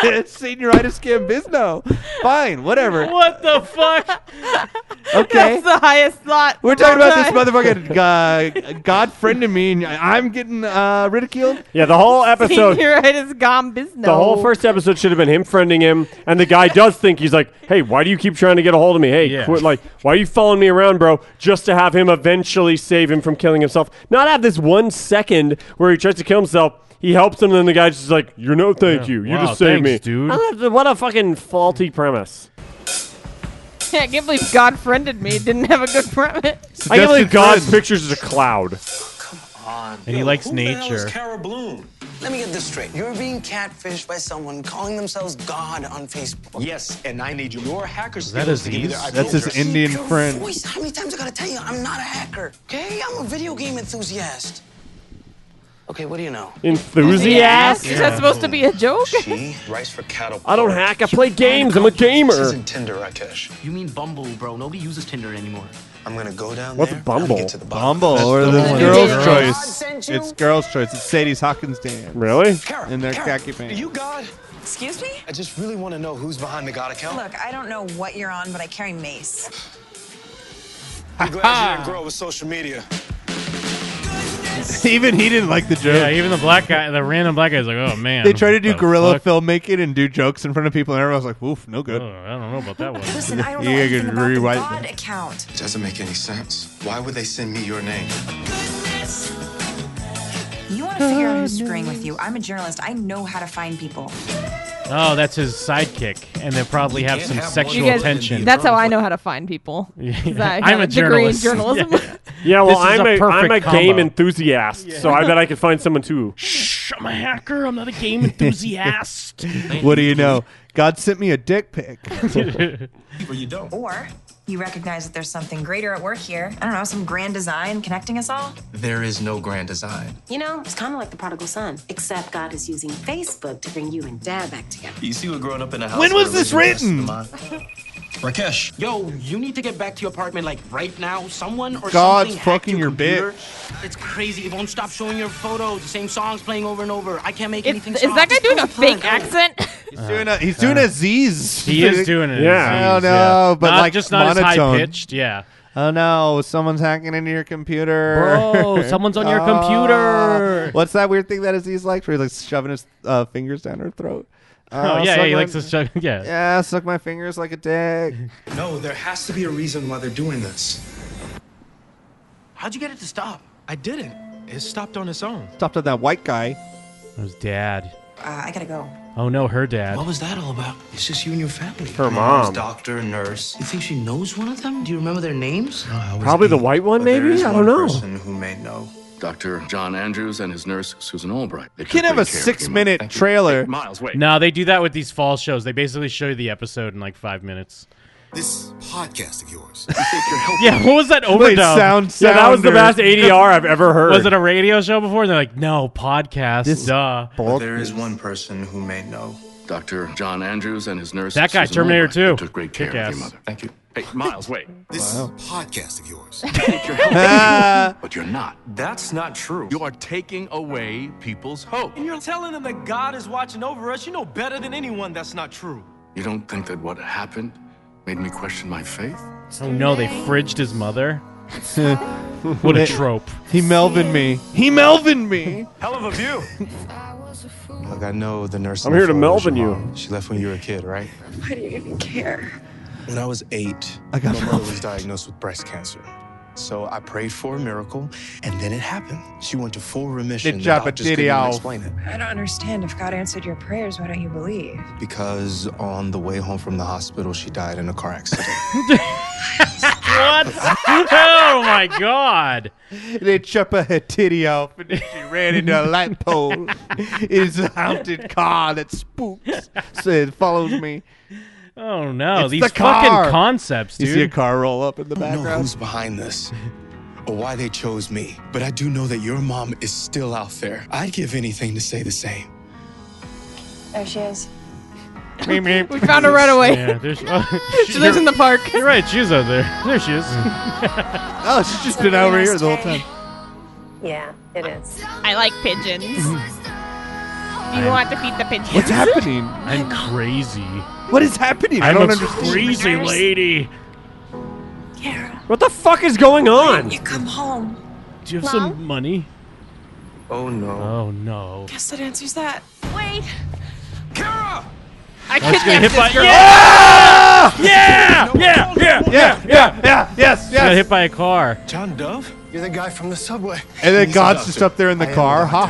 senioritis gambisno. Fine, whatever. What the fuck? Okay. That's the highest thought. We're of talking all about this time. motherfucking uh, God friend of me, and I'm getting uh, ridiculed. Yeah, the whole episode. Senioritis gombisno. The whole first episode should have been him friending him, and the guy does think he's like, "Hey, why do you keep trying to get a hold of me? Hey, Yeah. quit! Like, why are you following me around, bro? Just to have him eventually save him from killing himself. Not have this one second where he tries to kill himself. He helps him, and then the guy's just like, "You know, thank you. You Wow, just saved thanks, me, dude. I don't- What a fucking faulty premise. I can't believe God friended me. Didn't have a good premise. I can't believe God's pictures is a cloud. And he likes Who The hell is nature. Cara Bloom? Let me get this straight. You're being catfished by someone calling themselves God on Facebook. Yes, and I need you. Your hackers. that his That's his Indian friend. Voice, how many times I gotta tell you, I'm not a hacker, okay? I'm a video game enthusiast. Okay, what do you know? Enthusiast. Is that supposed to be a joke? Rice for cattle. I don't hack. I play games. I'm a gamer. Isn't Tinder, Rakesh? You mean Bumble, bro? Nobody uses Tinder anymore. I'm gonna go down What's there. Bumble? Bumble or the the one. girl's Girls. choice. It's girl's choice. It's Sadie's Hawkins dance. Really? In their khaki pants. You God? Excuse me? I just really want to know who's behind the God account. Look, I don't know what you're on, but I carry mace. I'm glad you didn't grow up with social media. even he didn't like the joke. Yeah, even the black guy, the random black guy's like, oh man. They try to do the guerrilla fuck? filmmaking and do jokes in front of people, and everyone's like, "Oof, no good." Oh, I don't know about that one. Listen, I don't know You anything could about the rewrite God that. account. It doesn't make any sense. Why would they send me your name? You want to figure out who's screwing with you. I'm a journalist. I know how to find people. Oh, that's his sidekick, and they probably have some You sexual guys- tension. That's how I know how to find people. I'm I'm a a degree in journalist. journalism. Yeah, well, This I'm is a a, I'm perfect a game combo. enthusiast, so I bet I could find someone too. I'm a hacker. I'm not a game enthusiast. What do you know? God sent me a dick pic. Or you don't. Or you recognize that there's something greater at work here. I don't know, some grand design connecting us all. There is no grand design. You know, it's kind of like the prodigal son, except God is using Facebook to bring you and Dad back together. You see what growing up in a house. When was where this religion written? does the mind- Rakesh. Yo, you need to get back to your apartment like right now. Someone or God's something hacked fucking your computer. bitch. It's crazy. It won't stop showing your photos. The same songs playing over and over. I can't make Is- anything. is stop. that guy doing a Just go to fake the toilet. accent? He's doing a he's doing a Z's. Uh-huh. He is doing it. Yeah, I don't know, but like just not as monotone. high pitched. Yeah. Oh no! Someone's hacking into your computer. Bro, someone's on your Oh. computer. Ah, What's that weird thing that Aziz likes? Where he's like shoving his uh, fingers down her throat. Ah, Oh, suck yeah, yeah, he my- likes to chug. Yeah. Yeah, suck my fingers like a dick. No, there has to be a reason why they're doing this. How'd you get it to stop? I didn't. It stopped on its own. Stopped at that white guy. It was dad. Uh, I gotta go. Oh no, her dad. What was that all about? It's just you and your family. Her mom. doctor, nurse. You think she knows one of them? Do you remember their names? Probably the white one, maybe? I don't know. who may know. Dr. John Andrews and his nurse, Susan Albright. They Can't took have great a care of six your mother. minute Thank you. trailer. Eight miles, wait. No, they do that with these fall shows. They basically show you the episode in like five minutes. This podcast of yours. Yeah, what was that overdub? Wait, sound- Yeah, that was the sounder. best ADR I've ever heard. Was it a radio show before? And they're like, no, podcast. duh. There is one person who may know. Dr. John Andrews and his nurse. That guy, Susan Terminator Albright. They 2. Took great care of Kick-ass. your mother. Thank you. Hey, Miles, wait. This Wow. podcast of yours. Take your help, but you're not. That's not true. You are taking away people's hope. And you're telling them that God is watching over us. You know better than anyone that's not true. You don't think that what happened Made me question my faith. Oh no, they fridged his mother. what a They- trope. He Melvin me. He Melvin me. Hell of a view. Look, I know the nurse. I'm here to Melvin Melvin you. She left when you were a kid, right? Why do you even care? When I was eight, I got my mother was diagnosed with breast cancer. So I prayed for a miracle, and then it happened. She went to full remission. Good The job, doctors Adidio. couldn't even explain it I don't understand. If God answered your prayers, why don't you believe? because on the way home from the hospital, she died in a car accident. What? oh my god. They chop her titty off and then she ran into a light pole. It's a haunted car that spooks. So it follows me. Oh no, It's these the fucking car. concepts, You dude. see a car roll up in Oh, the I don't know background. who's behind this or why they chose me, but I do know that your mom is still out there. I'd give anything to say the same. There she is. Meep, meep. We found a runaway. Yeah, there's, oh, She lives in the park. You're right, she's out there. There she is. oh, she's just been over here the whole time. Yeah, it is. I like pigeons. you Mm-hmm. want to feed the pigeons? What's happening? I'm crazy. What is happening? I I'm don't a understand. crazy lady. What the fuck is going on? Come home. Do you have some money? Oh no. Oh no. Guess that answers that. Wait. I That's gonna hit by girl. yeah! Yeah! Yeah! Yeah! Yeah! Yeah! Ah! Yeah! Yes! She got Yes! hit by a car. John Dove? You're the guy from the subway. And then He's God's the just doctor. up there in the I am car. the Ha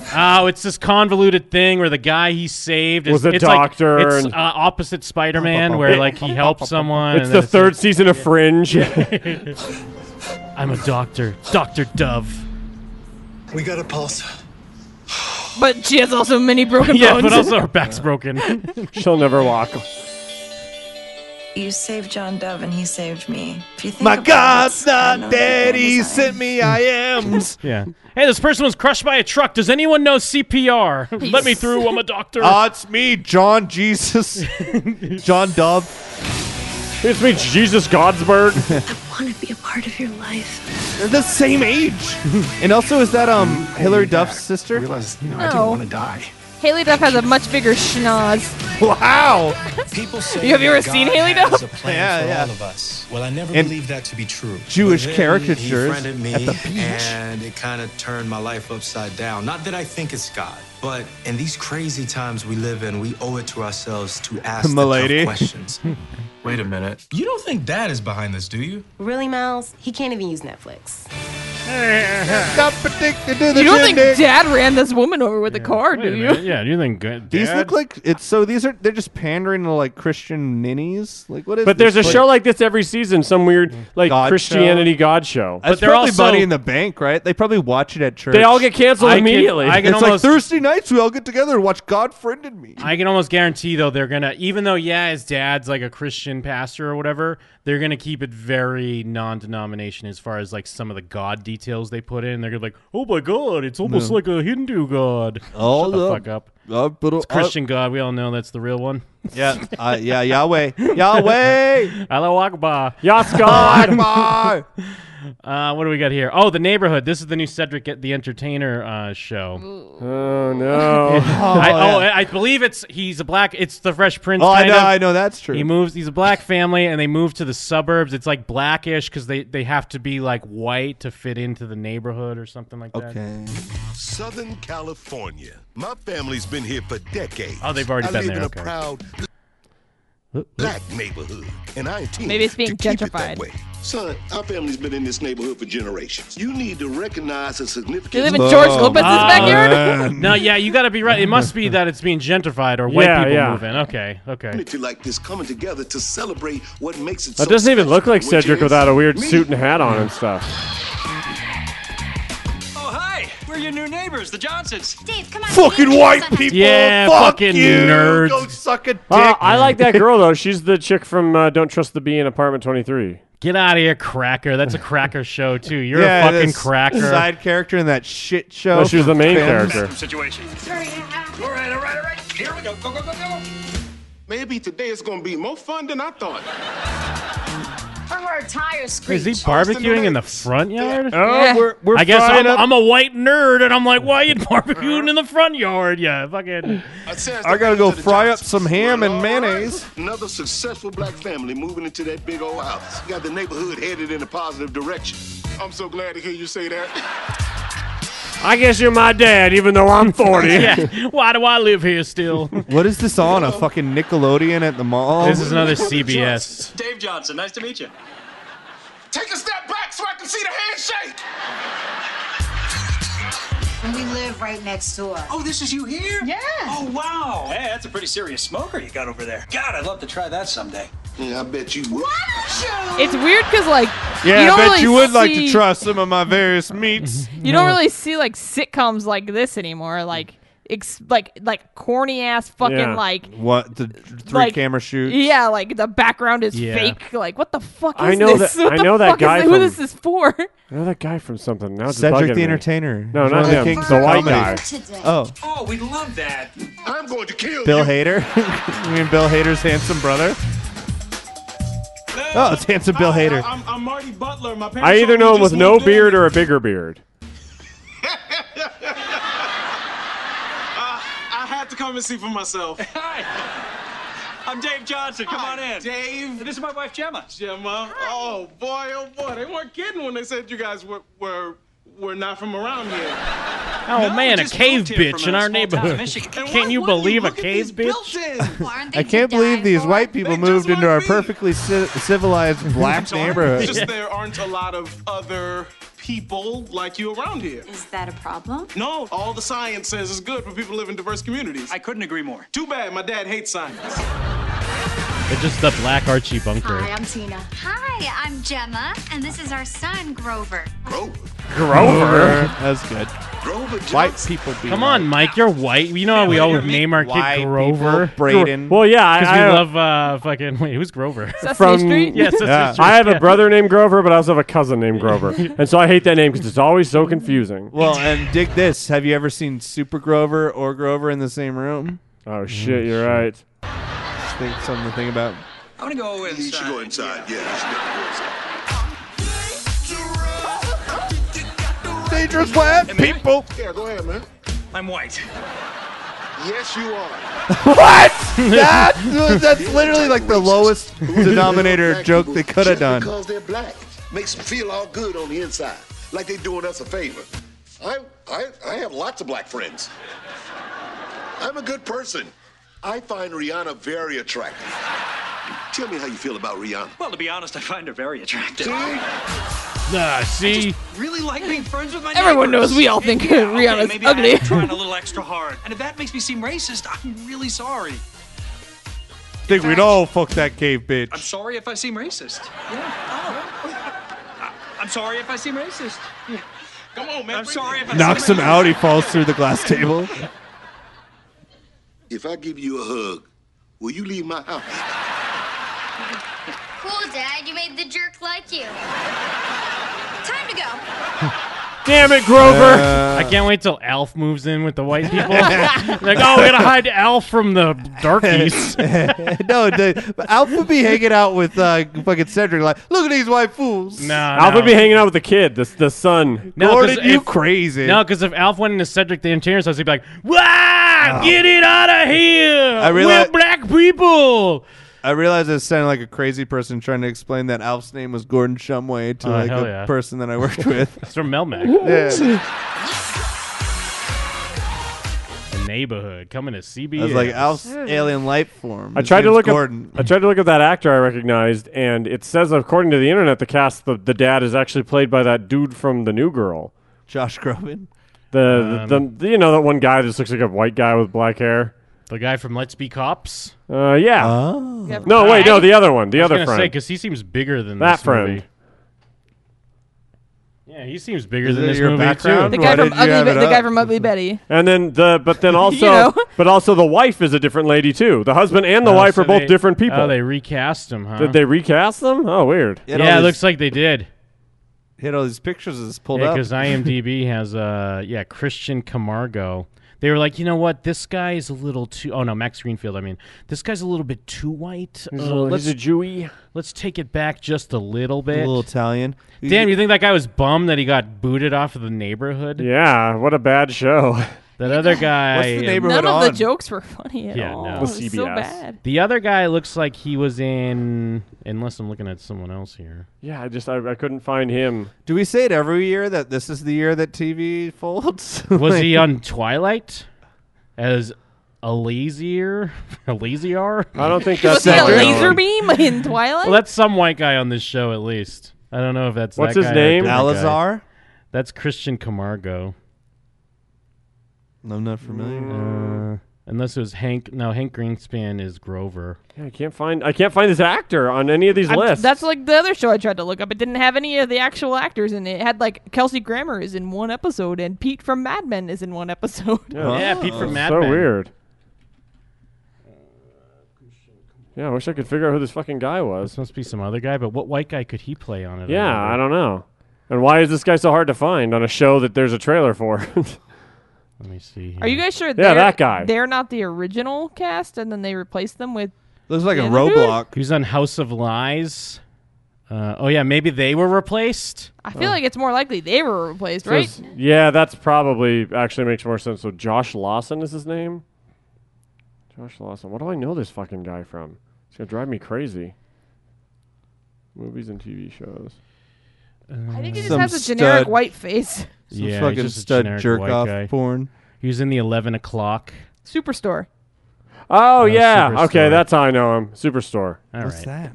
ha. Oh, it's this convoluted thing where the guy he saved is Was a it's doctor Like, it's and- uh, opposite Spider-Man, where like he helps someone. It's and then the third season of Fringe. I'm a doctor, Doctor Dove. We got a pulse. But she has also many broken yeah, bones. but also her back's broken. She'll never walk. You saved John Dove and he saved me. If you think My about God's it, I know not that dead. Grandma's He sent me I ams. yeah. Hey, this person was crushed by a truck. Does anyone know CPR? Let me through. I'm a doctor. Ah, it's me, John Jesus. John Dove. It's me, Jesus Godsberg. I want to be a part of your life. They're the same age. and also, is that um Hillary Duff's sister? I didn't No. wanna die. Haley Duff has a much bigger schnoz. Wow. People say You have you ever that seen God Haley has Duff? a plan Yeah, for yeah. all of us. Well, I never And believed that to be true. Jewish But then caricatures he friended me, at the beach. and it kind of turned my life upside down. Not that I think it's God, but in these crazy times we live in, we owe it to ourselves to ask the Milady. tough questions. Wait a minute. You don't think Dad is behind this, do you? Really, Miles? He can't even use Netflix. Not predicted to the You don't think shindig. Dad ran this woman over with a car, Wait a do you? minute. Yeah, do you think good? These Dad? look like it's so. These are they're just pandering to like Christian ninnies. Like what is? But this there's a place? show like this every season, some weird like God Christianity God show. That's but they're probably also- Money in the Bank, right? They probably watch it at church. They all get canceled I can- immediately. I can it's almost- like Thursday nights we all get together and watch God Friended Me. I can almost guarantee though they're gonna even though yeah his dad's like a Christian pastor or whatever they're gonna keep it very non-denomination as far as like some of the god details they put in they're gonna be like oh my god it's almost No. like a Hindu god Oh, shut the no. fuck up Uh, but, uh, it's Christian god we all know that's the real one Yeah, uh, yeah, Yahweh, Yahweh. Allah Akbar Yas God. oh, Akbar. uh, what do we got here oh the neighborhood this is the new Cedric the Entertainer uh, show Oh no. I, oh, yeah. I I believe it's he's a black. It's the Fresh Prince. Oh, I kind know, of. I know, that's true. He moves. He's a black family, and they move to the suburbs. It's like blackish because they they have to be like white to fit into the neighborhood or something like that. Okay. Southern California. My family's been here for decades. Oh, they've already I been live there, in okay. a proud black neighborhood, and I intend Maybe it's being to keep it that gentrified. way. Son, our family's been in this neighborhood for generations. You need to recognize the significance. They live in George Oh, Lopez's Ah, backyard. No, yeah, you got to be right. It must be that it's being gentrified or white Yeah, people yeah. moving. Okay, okay. community like this coming together to celebrate what makes it. That so doesn't even special, look like which Cedric is without a weird me. suit and hat on and stuff. Oh, hi! We're your new neighbors, the Johnsons. Dave, come on. Fucking white people. Yeah, fuck fucking you. nerds. Go suck a dick. Uh, I like that girl though. She's the chick from uh, Don't Trust the Bee in Apartment 23. Get out of here, cracker. That's a cracker show too. You're Yeah, a fucking this cracker. Side character in that shit show. No, she was the main Fans. character. Situation. All right, all right, all right. Here we go. Go, go, go, go. Maybe today is gonna be more fun than I thought. front where our tires screech. Is he barbecuing in the front yard? Oh, Yeah. we're- we're I guess frying I'm, up- I'm a white nerd, and I'm like, why you barbecuing in the front yard? Yeah, fucking. I gotta go fry up some ham and mayonnaise. Another successful black family moving into that big old house. Got the neighborhood headed in a positive direction. I'm so glad to hear you say that. I guess you're my dad, even though I'm 40. yeah. Why do I live here still? What is this on? A fucking Nickelodeon at the mall? This is another CBS. Dave Johnson, nice to meet you. Take a step back so I can see the handshake. And we live right next door. Oh, this is you here? Yeah. Oh, wow. Hey, that's a pretty serious smoker you got over there. God, I'd love to try that someday. Yeah, I bet you would. It's weird because like Yeah, you I don't bet really you would like to see- try some of my various meats. You don't really see like sitcoms like this anymore. Like ex- like like corny ass fucking Yeah. like What the three like- camera shoot? Yeah, like the background is Yeah. fake. Like what the fuck is I know this? that- What I the know that fuck guy Is, who from- this is for? I know that guy from something. Now it's Cedric bugging the me. Entertainer. No, He's not one of the him. kings the of white guy. comedy. Oh, Oh, we love that. I'm going to kill Bill you. Hader. you mean Bill Hader's handsome brother? Oh, it's handsome Bill Hader. I'm, I'm Marty Butler. My parents I either told me know him just with no moved in. beard or a bigger beard. I had to come and see for myself. I'm Dave Johnson. Come on in. Dave. This is my wife, Gemma. Gemma. Oh, boy, oh, boy. They weren't kidding when they said you guys were, were, were not from around here. Oh man, a cave here from bitch a in small our town in neighborhood. Michigan. Can't you believe a cave bitch? I can't believe these white people moved into our perfectly ci- civilized black neighborhood. It's just there aren't a lot of other people like you around here. Is that a problem? No, all the science says it's good for people to live in diverse communities. I couldn't agree more. Too bad my dad hates science. They're just the black Archie bunker. I'm Tina. Hi, I'm Gemma, and this is our son, Grover. Grover? Grover. That's good. Grover White people be Come on, Mike, you're white. You know how we always name our White kid people, Grover, Braden. Well, yeah, I- because we I- love uh, fucking. Wait, who's Grover? Yeah, Sesame Street. I have a yeah. brother named Grover, but I also have a cousin named Grover, and so I hate that name because it's always so confusing. Well, and dig this. Have you ever seen Super Grover or Grover in the same room? Mm, Oh shit, you're right. Just think something to think about. I'm gonna go inside. You should go inside. Yeah, you should go inside. Dangerous black people. Yeah, go ahead, man. I'm white. Yes, you are. what? That, that's literally like the lowest denominator Black joke people, they could have just done. Because they're black makes them feel all good on the inside, like they doing us a favor. I, I, I have lots of black friends. I'm a good person. I find Rihanna very attractive. Tell me how you feel about Rihanna. Well, to be honest, I find her very attractive. Nah, see, Really like being friends with my Everyone neighbors. knows we all think yeah, okay, Rihanna's maybe ugly. I'm trying a little extra hard. And if that makes me seem racist, I'm really sorry. Think we'd all fuck that cave bitch. I'm sorry if I seem racist. Yeah. Oh. I- I'm sorry if I seem racist. Come on, man. I'm sorry if I Knocks seem him out. He falls through the glass table. If I give you a hug, will you leave my house? Cool, Dad. You made the jerk like you. Time to go. Damn it, Grover. Uh, I can't wait till Alf moves in with the white people. like, oh, we gotta hide Alf from the darkies. no, the, but Alf would be hanging out with uh, fucking Cedric. Like, look at these white fools. Nah, Alf would be hanging out with the kid, the the son. No, 'cause if- crazy. No, because if Alf went into Cedric the Entertainer's house, he'd be like, "Wah, Oh. get it out of here! I realize- We're black people." I realize I sounded like a crazy person trying to explain that Alf's name was Gordon Shumway to Oh, like hell a yeah. person that I worked with. It's from Melmac. Yeah. The neighborhood coming to CBS. I was like Alf's alien life form. I His tried to name's look Gordon. up. I tried to look up that actor I recognized, and it says according to the internet, the cast, the, the dad is actually played by that dude from The New Girl, Josh Groban. the, the Um. the you know that one guy that just looks like a white guy with black hair. the guy from Let's Be Cops. Uh, yeah. Oh. Yeah, No, wait, no, right? the other one, the I was other gonna friend. say because he seems bigger than that this friend. movie. Yeah, he seems bigger Is than it this your movie background? too. The guy Why from did you have Ugly it Be- the guy up? from Ugly Betty. And then the but then also know? but also the wife is a different lady too. The husband and the Oh, wife so are both they- different people. Oh, they recast him, huh? Did they recast them? Oh, weird. Yeah, it looks like they did. Hit all these pictures is pulled yeah, up. because IMDb has uh yeah Christian Camargo. They were like, you know what, this guy is a little too. Oh no, Max Greenfield. I mean, this guy's a little bit too white. He's a Uh, little- let's- he's a Jewy. Let's take it back just a little A bit. little Italian. Damn, you think that guy was bummed that he got booted off of the neighborhood? Yeah, what a bad show. That other guy. um, None of the jokes were funny at Yeah, all. no. It was so bad. The other guy looks like he was in. Unless I'm looking at someone else here. Yeah, I just I, I couldn't find him. Do we say it every year that this is the year that TV folds? Was he Like- on Twilight as a lazier? A lazier? I don't think Was he a laser beam in Twilight? Well, that's some white guy on this show, at least. I don't know if that's What's that his guy or a name? different guy. Alizar? That's Christian Camargo. I'm not familiar. Uh, unless it was Hank. No, Hank Greenspan is Grover. Yeah, I can't find I can't find this actor on any of these I'm- lists. That's like the other show I tried to look up. It didn't have any of the actual actors in it. It had like Kelsey Grammer is in one episode and Pete from Mad Men is in one episode. Yeah, Pete from Mad Oh. so Men. weird. Yeah, I wish I could figure out who this fucking guy was. This must be some other guy, but what white guy could he play on it? I Yeah, wonder? I don't know. And why is this guy so hard to find on a show that there's a trailer for? Let me see. Are you guys sure? Yeah, they're- that guy. They're not the original cast, and then they replaced them with. Looks like the a other dude? Roblox. Who's on House of Lies? Uh, oh yeah, maybe they were replaced. I Uh. feel like it's more likely they were replaced, right? So it's- yeah, that's probably actually makes more sense. So Josh Lawson is his name. Josh Lawson. What do I know this fucking guy from? It's gonna drive me crazy. Movies and TV shows. I think uh, he just Some has a generic stud. white face. Some yeah, fucking he's just a stud generic jerk white off guy. porn. He was in the eleven o'clock. Superstore. Oh Uh, yeah, okay, Superstore. that's how I know him. Superstore. All What's right. that?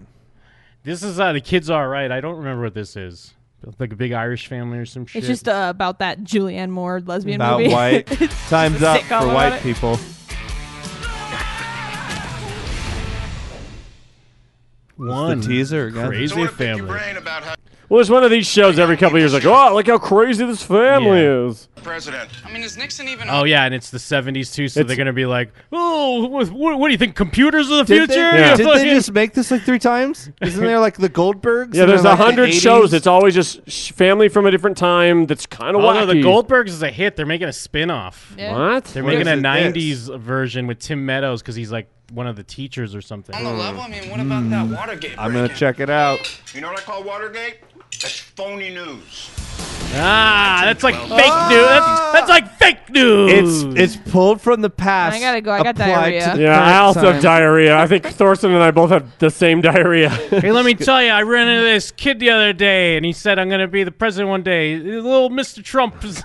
This is uh, the kids are right. I don't remember what this is. It's Like a big Irish family or some shit. It's just uh, about that Julianne Moore lesbian About movie. white. It's Time's a up sitcom for about white it. people. one the teaser, guys. crazy family. Well, it's one of these shows every couple of years. Like, oh, look how crazy this family is. President. I mean, is Nixon even? Oh yeah, and it's the '70s too, so It's- they're gonna be like, "Oh, what, what, what do you think? Computers are the Did, future?" They, You did fucking- they just make this like three times? Isn't there like the Goldbergs? Yeah, and there's then, a like, the hundred shows. 80s? It's always just sh- family from a different time. That's kind of Although wacky. Oh, the Goldbergs is a hit, they're making a spin-off. Yeah. What? They're What is making a it- '90s version with Tim Meadows because he's like one of the teachers or something. On the level, I mean, what about that Watergate? Hmm. I'm gonna check it out. You know what I call Watergate? That's phony news. Ah, that's like fake news. That's, that's like fake news. It's it's pulled from the past. I gotta go. I got applied diarrhea. To the Yeah, current I also have time. diarrhea. I think Thorsten and I both have the same diarrhea. Hey, let me tell you, I ran into this kid the other day, and he said I'm going to be the president one day. Little Mr. Trump is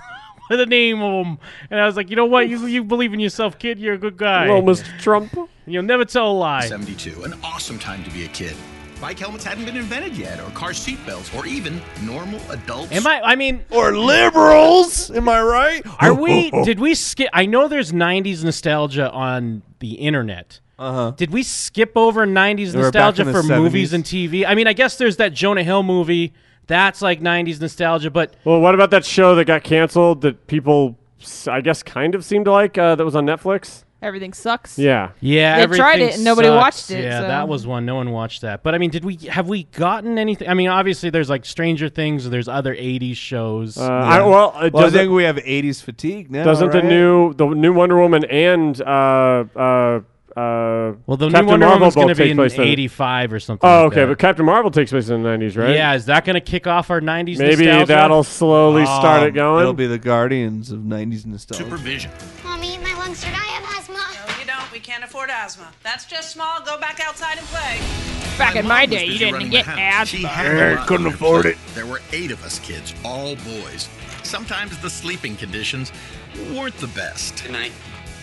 the name of him, and I was like, you know what? You, you believe in yourself, kid. You're a good guy. Little Mr. Trump. And You'll never tell a lie. 72, an awesome time to be a kid. Bike helmets hadn't been invented yet, or car seatbelts, or even normal adults. Am I? I mean, Or liberals, am I right? Are we? Oh. Did we skip? I know there's '90s nostalgia on the internet. Uh-huh. Did we skip over '90s We're back nostalgia in the for 70s. movies and TV? I mean, I guess there's that Jonah Hill movie. That's like '90s nostalgia, but Well, what about that show that got canceled that people, s- I guess, kind of seemed to like uh, that was on Netflix? Everything sucks. Yeah. Yeah, They tried everything it and nobody sucks. watched it, Yeah, so- that was one. No one watched that. But I mean, did we? Have we gotten anything? I mean, obviously, there's like Stranger Things. There's other '80s shows. Uh, I, well, uh, Well, I doesn't- think we have 80s fatigue now. Doesn't right? the new the new Wonder Woman and uh uh uh well the Captain new Wonder Marvel both Woman's going to take be in place in- '85 or something. Oh, like okay, that. but Captain Marvel takes place in the nineties, right? Yeah, is that going to kick off our '90s? Maybe nostalgia? that'll slowly start it Um, going. It'll be the Guardians of 90s nostalgia. Supervision. Mommy, my lungs hurt. I have asthma. No, you don't. We can't afford asthma. That's just small. Go back outside and play. Back in my day, busy you didn't running get the ads. house. She had a lot of kids. There were eight of us kids, all boys. Sometimes the sleeping conditions weren't the best. Good night.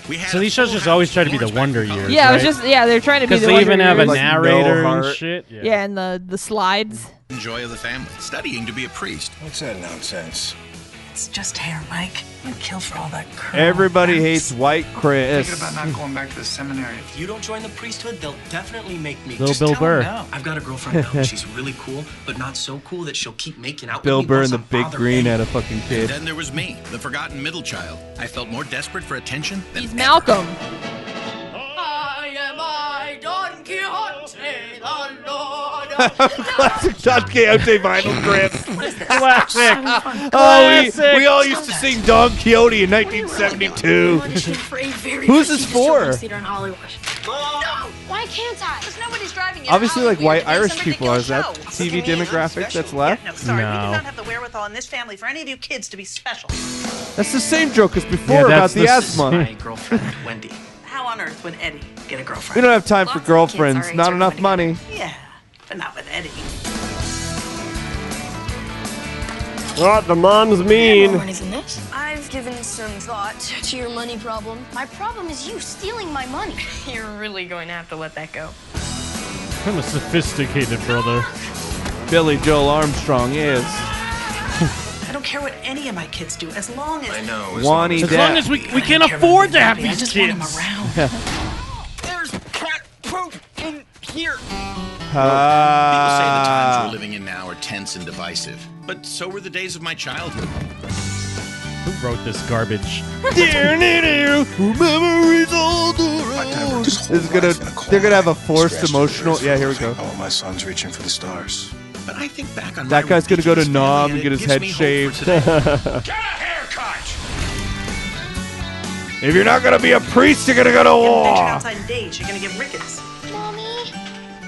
We had So these shows just always try to be the Wonder Years. Yeah, it was right? just yeah. They're trying to be Because the they Wonder even have a Years. narrator heart. and shit. yeah. and the the slides. joy of the family, studying to be a priest. What's that nonsense? It's just hair, Mike. I'd kill for all that crap. Everybody hates White Thinking Chris. about not going back to the seminary. If you don't join the priesthood, they'll definitely make me. Little Bill tell 'em Burr. no. I've got a girlfriend now. She's really cool, but not so cool that she'll keep making out. Bill with me Burr once and the I'm Big bothered. Green had a fucking And kid. then there was me, the forgotten middle child. I felt more desperate for attention than He's Malcolm. I am I, Don Quixote, the Lord Classic John Quixote vinyl grip. Classic. Oh, Classic. we, we all used to sing Don Quixote in 1972. Who's this for? Why can't I? Because nobody's driving it. Obviously, like white Irish some people. Is that ridiculous show. TV demographic that's left? No, sorry, we do not have the wherewithal in this family for any of you kids to be special. That's the same joke as before Yeah, about that's the, the asthma. same- girlfriend, Wendy. How on earth would Eddie get a girlfriend? We don't have time for Lots of kids girlfriends. our Not age are enough money. Yeah, but not with Eddie. Oh, the mom's mean. I've given some thought to your money problem. My problem is you stealing my money. You're really going to have to let that go. I'm a sophisticated brother. Billy Joel Armstrong is. I don't care what any of my kids do, as long as I know. as long Wani as- As long as we, we can't afford to have these kids. There's cat poop in here. People say the times Ah. we're living in now are tense and divisive, but so were the days of my childhood. Who wrote this garbage? Memories all the This is gonna. They're gonna have a forced emotional. Yeah, here we go. Oh, my son's reaching for the stars. But I think back on That my guy's gonna go to ridiculous Nom family and get his it head gives shaved. me hope for today. If you're not gonna be a priest, you're gonna go to If they turn war. outside in days, you're gonna get rickets. Mommy,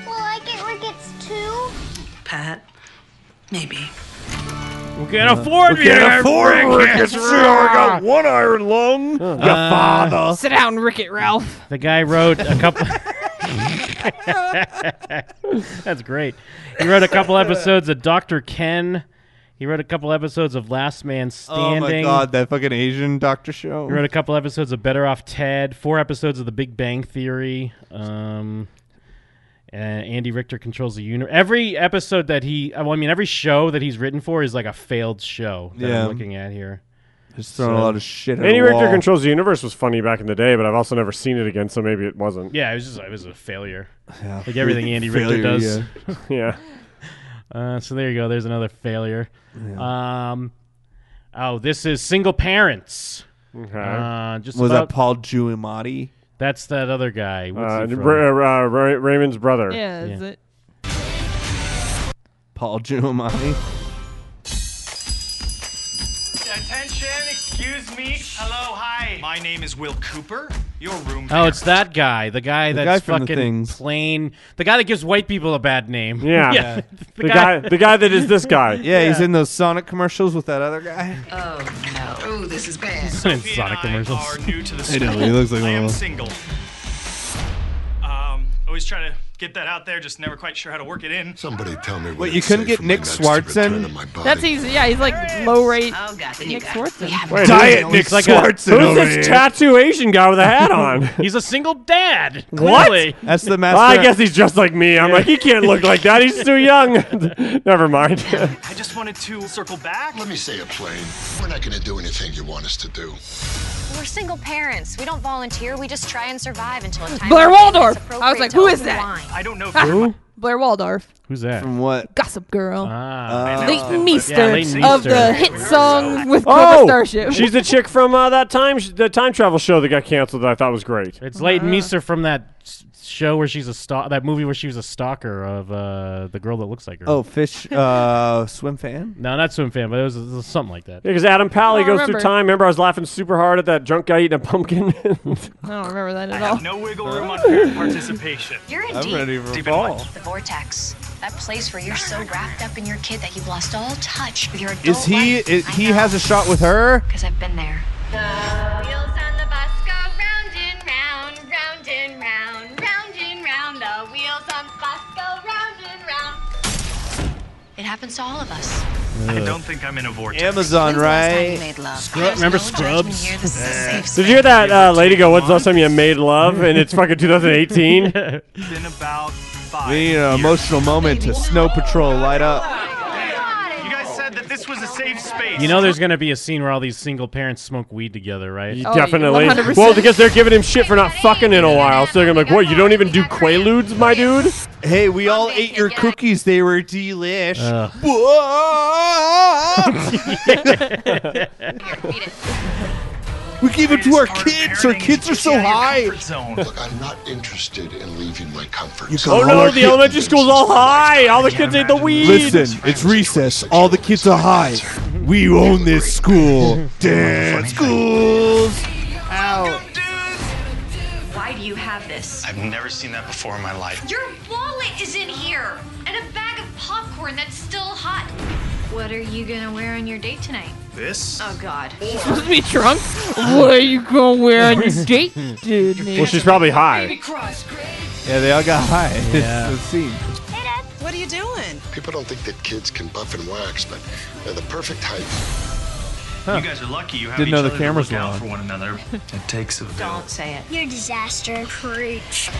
will I get rickets too? Pat, maybe. We can't afford We can't you, afford rickets. rickets. We only got one iron lung. Your father. Sit down, Ricket Ralph. The guy wrote a couple. That's great. He wrote a couple episodes of Doctor Ken. He wrote a couple episodes of Last Man Oh Standing. my god, that fucking Asian doctor show. He wrote a couple episodes of Better Off Ted, four episodes of The Big Bang Theory. Um, uh, Andy Richter controls the universe. Every episode that he, uh, well, I mean, every show that he's written for is like a failed show that Yeah. I'm looking at here. Just throwing a lot of shit at Andy the Richter wall. controls the universe was funny back in the day, but I've also never seen it again, so maybe it wasn't. Yeah, it was just it was a failure. Yeah. Like everything Andy Failure, Richter does. yeah. Uh, so there you go. There's another failure. Um, oh, this is single parents. Okay. Uh, just was about, that Paul Giamatti? that's that other guy. What's Uh, he from? Ra- uh, Ra- Raymond's brother. Yeah, is it? Paul Giamatti. Attention, excuse me. Hello, hi. My name is Will Cooper, your room. Oh, it's that guy. The guy The guy that's from the fucking things. plain. The guy that gives white people a bad name. Yeah. The guy- the guy that is this guy. Yeah, he's in those Sonic commercials with that other guy. Oh no. Ooh, this is bad. Sonic commercials. New to the I school. know, he looks like I one am of those. single. Um, always try to get that out there, just never quite sure how to work it in. Somebody tell me. Wait, you couldn't get Nick Swartz in? That's easy. Yeah, he's like low rate. Oh god, Nick Swartzen. who's- Who's this tattoo Asian guy with a hat on? He's a single dad. What? Clearly. That's the Well, I guess he's just like me. I'm like, he can't look like that. He's too young. Never mind. I just wanted to circle back. Let me say it plain. We're not going to do anything you want us to do. We're single parents. We don't volunteer. We just try and survive until a time. Blair when it's Waldorf. I appropriate was like, to who is open that? wine. I don't know. Who? Blair Waldorf, Who's that? From uh, what? Gossip Girl, Ah, late meester Yeah, late of meester. the hit song with Cobra Oh, Starship. she's the chick from uh, that time the time travel show that got canceled. That I thought was great. It's uh, Leighton Meester from that s- show where she's a stalk. That movie where she was a stalker of uh, the girl that looks like her. Oh, fish. Uh, swim fan. No, not swim fan, but it was, it was something like that. Because Adam Pally Oh, I goes remember. through time. Remember, I was laughing super hard at that drunk guy eating a pumpkin. I don't remember that I at all. have no wiggle room on parent participation. You're in I'm deep. ready for deep fall. in what? The vortex. That place where you're so wrapped up in your kid that you've lost all touch with your adult Is he? Is, he has a shot with her. Because I've been there. Wheels on the bus go round and round, round and round, round and round. The wheels on the bus go round and round. It happens to all of us. I don't think I'm in a vortex. Amazon, right? remember Scrubs? Did you hear that uh, lady go? When's the last time you made love? And it's fucking 2018. Been about. We need an emotional moment to Snow Patrol light up. You guys said that this was a safe space. You know, there's gonna be a scene where all these single parents smoke weed together, right? You definitely. Well, because they're giving him shit for not fucking in a while, so they're gonna be like, "What? You don't even do quaaludes, my dude?" Hey, we all ate your cookies. They were delish. Ugh. Whoa! We give it to our kids. Our kids are so high. Look, I'm not interested in leaving my comfort You Oh, zone. got all our kids- school's all high. All the kids ate the weed. Listen, it's recess. All the kids are high. We own this school. Dance schools. Ow. Why do you have this? I've never seen that before in my life. Your wallet is in here, and a bag of popcorn that's still hot. What are you gonna wear on your date tonight? This? Oh God. Supposed to be drunk? What are you gonna wear on your date, dude? Well, she's probably high. Yeah, they all got high. Yeah. It's the scene. What are you doing? People don't think that kids can buff and wax, but they're the perfect height. You guys are lucky you have Didn't each know the other to cameras look out were on. for one another. it takes a Don't say it. You're a disaster. Preach.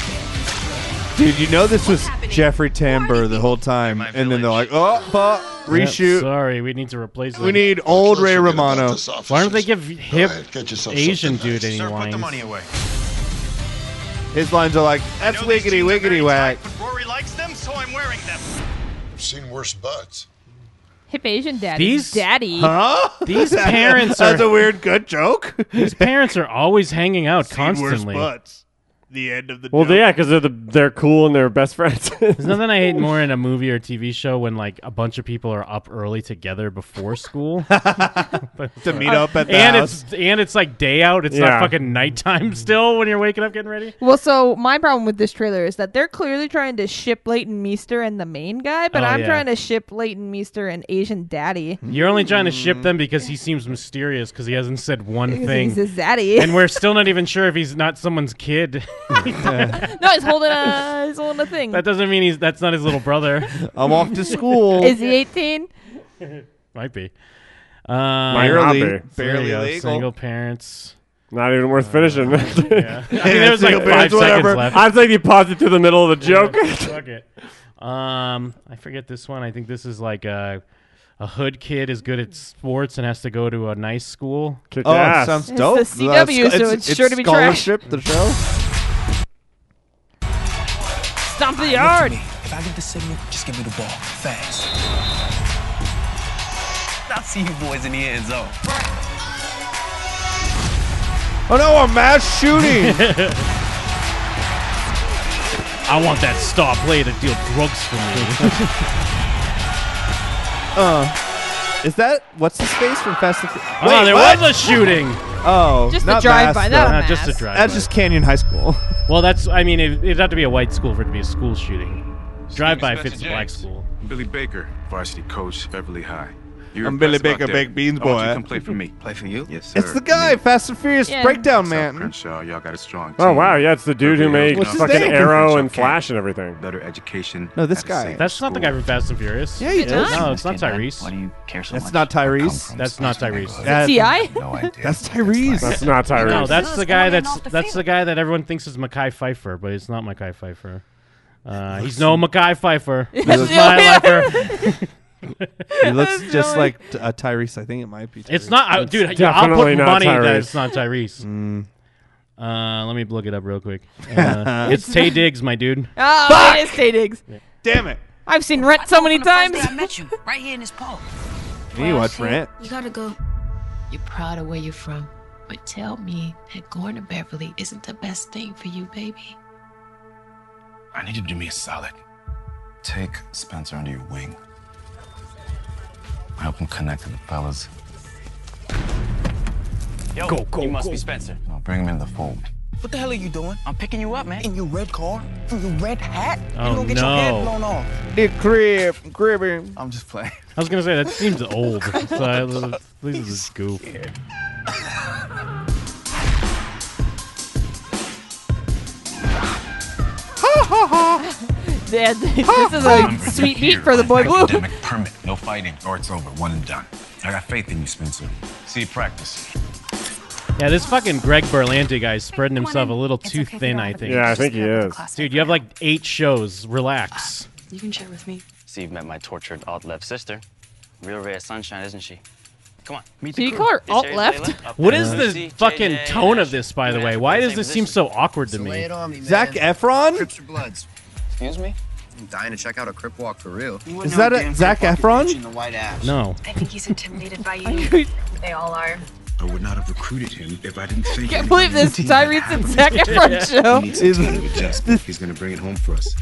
Dude, you know this was Jeffrey Tambor the whole time, and then they're like, "Oh, fuck, Yep, reshoot. sorry, we need to replace. We need old Ray Romano." Why don't they give hip Asian dude any Sir, put lines? the money away. His lines are like, "That's wiggity wiggity whack." Rory likes them, so I'm wearing them. I've seen worse butts. Hip Asian daddy. These daddy. Huh? These parents are. That's a weird good joke. These parents are always hanging out Worst constantly. butts. The end of the. Well, they, yeah, because they're the, they're cool and they're best friends. There's nothing I hate more in a movie or TV show when like a bunch of people are up early together before school to meet up at the and house. it's and it's like day out. It's Yeah. not fucking nighttime still when you're waking up getting ready. Well, so my problem with this trailer is that they're clearly trying to ship Leighton Meester and the main guy, but Oh, I'm yeah. trying to ship Leighton Meester and Asian daddy. You're only trying to ship them because he seems mysterious because he hasn't said one Because thing. he's his daddy. and we're still not even sure if he's not someone's kid. that No, he's holding a he's holding a thing. doesn't mean he's that's not his little brother. I'm off to school. Is he 18? Might be. Uh, Might Barely- not be. barely legal. Single parents. Not even Uh, worth finishing. Yeah. I mean, there was like Single five parents, seconds whatever. left. I think he paused it through the middle of the joke. Fuck it. Um, I forget this one. I think this is like a, a hood kid is good at sports and has to go to a nice school. Kick Oh, it sounds dope. Uh, sc- scholarship, The show. Stomp the yard. If I get the signal, just give me the ball. Fast. I'll see you boys in the end zone. Oh no, a mass shooting. I want that star player to deal drugs for me. uh, is that what's his face from Fast and Furious? Oh, there was a shooting. Oh, Just a not drive-by, mass, not though. a Uh, just a mass. drive-by. That's just Canyon High School. well, that's. I mean, it, it'd have to be a white school for it to be a school shooting. Drive by fits a black school. Billy Baker, varsity coach, Beverly High. I'm Billy impressed Baker, about that. Baked Beans I want you Boy. to come play for me. Play for you? Yes, sir. It's the guy, Fast and Furious Yeah. Breakdown South Man. Crenshaw, y'all got a strong Oh team. wow, yeah, it's the dude who Beverly made Hills, North fucking South Arrow Crenshaw and County. Flash and everything. Better education. No, this at a safe That's not the guy from Fast and Furious. Yeah, he It does. is. No, Oh, it's not Tyrese. Why do you care so That's not Tyrese. That's not Tyrese. That- Ti? That's Tyrese. That's not Tyrese. No, that's No, the it's guy. going That's off the that's the guy that everyone thinks is Mackay Pfeiffer, but it's not Mackay Pfeiffer. Uh, he's no Mackay Pfeiffer. This is my lifer. he looks just like uh, Tyrese. I think it might be. Tyrese. It's not, uh, dude. yeah, I'll put money that it's not Tyrese. Mm. Uh, let me look it up real quick. Uh, it's Tay Diggs, my dude. Oh, it is Tay Diggs. Damn it. I've seen Rent so many times. I met you right here in this park. You need to watch Rent. You gotta go. You're proud of where you're from, but tell me that going to Beverly isn't the best thing for you, baby. I need you to do me a solid. Take Spencer under your wing. Help him connect with the fellas. Yo, Go, go, you must go. be Spencer. Now bring him in the fold. What the hell are you doing? I'm picking you up, man. In your red car, through your red hat. Oh, you gonna get your head no. blown off. The crib, cribbing. I'm just playing. I was gonna say that seems old. so I, this is a goof. Dad, this is a sweet beat for the boy blue. Academic permit, no fighting, or it's over, one and done. I got faith in you, Spencer. See you practice. Yeah, this fucking Greg Berlanti guy is spreading himself a little too thin. I think. Yeah, I think he is. Dude, you have like eight shows. Relax. You can share with me. So you've met my tortured alt left sister. Real ray of sunshine, isn't she? Come on, meet Do the you crew. call her It's alt Jerry left? Layla, up What there. is Lucy, the fucking JJ, tone of this, by the way? Why does same this seem so awkward to me? Zach Efron? Your bloods. Excuse me? I'm dying to check out a Crip Walk for real. Is that a Zach Efron? No. I think he's intimidated by you. they all are. I would not have recruited him if I didn't think. Can't anyone believe in the this team Tyrese had and him. Zac Efron show. He needs some kind of adjustment. He's gonna bring it home for us.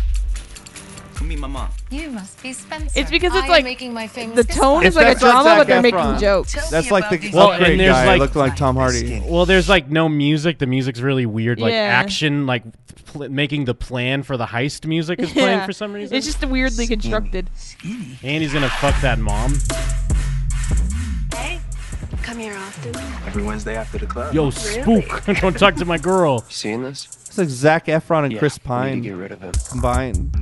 Come meet my mom. You must be Spencer. It's because it's I am like making my famous the kiss tone bump. is like a drama, but they're making jokes. That's like the Well, upgrade and there's guy. like- looked like Tom Hardy. Well, there's like no music. The music's really weird. Like Yeah. action, like pl- making the plan for the heist music is playing for some reason. It's just weirdly constructed. And he's gonna fuck that mom. Come here often. Every Wednesday after the club. Yo, spook! Don't talk to my girl. Seeing this? It's like Zach Efron and Yeah, we Chris need to Pine get rid of him. combined.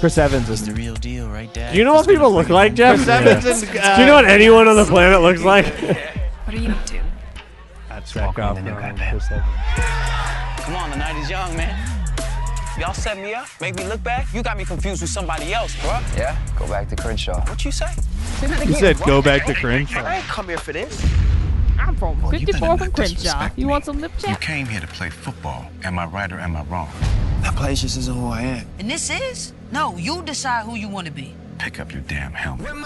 Chris Evans is the real deal, right, Dad? Do you know what people look like, Jeff? Chris Evans Yeah. and, uh, Do you know what anyone on the planet looks like? What are you up to? Zach Efron and Chris Evans. Come on, the night is young, man. Y'all set me up, make me look bad. You got me confused with somebody else, bruh. Yeah, go back to Crenshaw. What you say? He said, "Go back to Crenshaw." I ain't come here for this. I'm from Well, you 54 better from not Crenshaw. disrespect You want some lip You chat? came here to play football. Am I right or am I wrong? That place just isn't who I am. And this is? No, you decide who you want to be. Pick up your damn helmet. All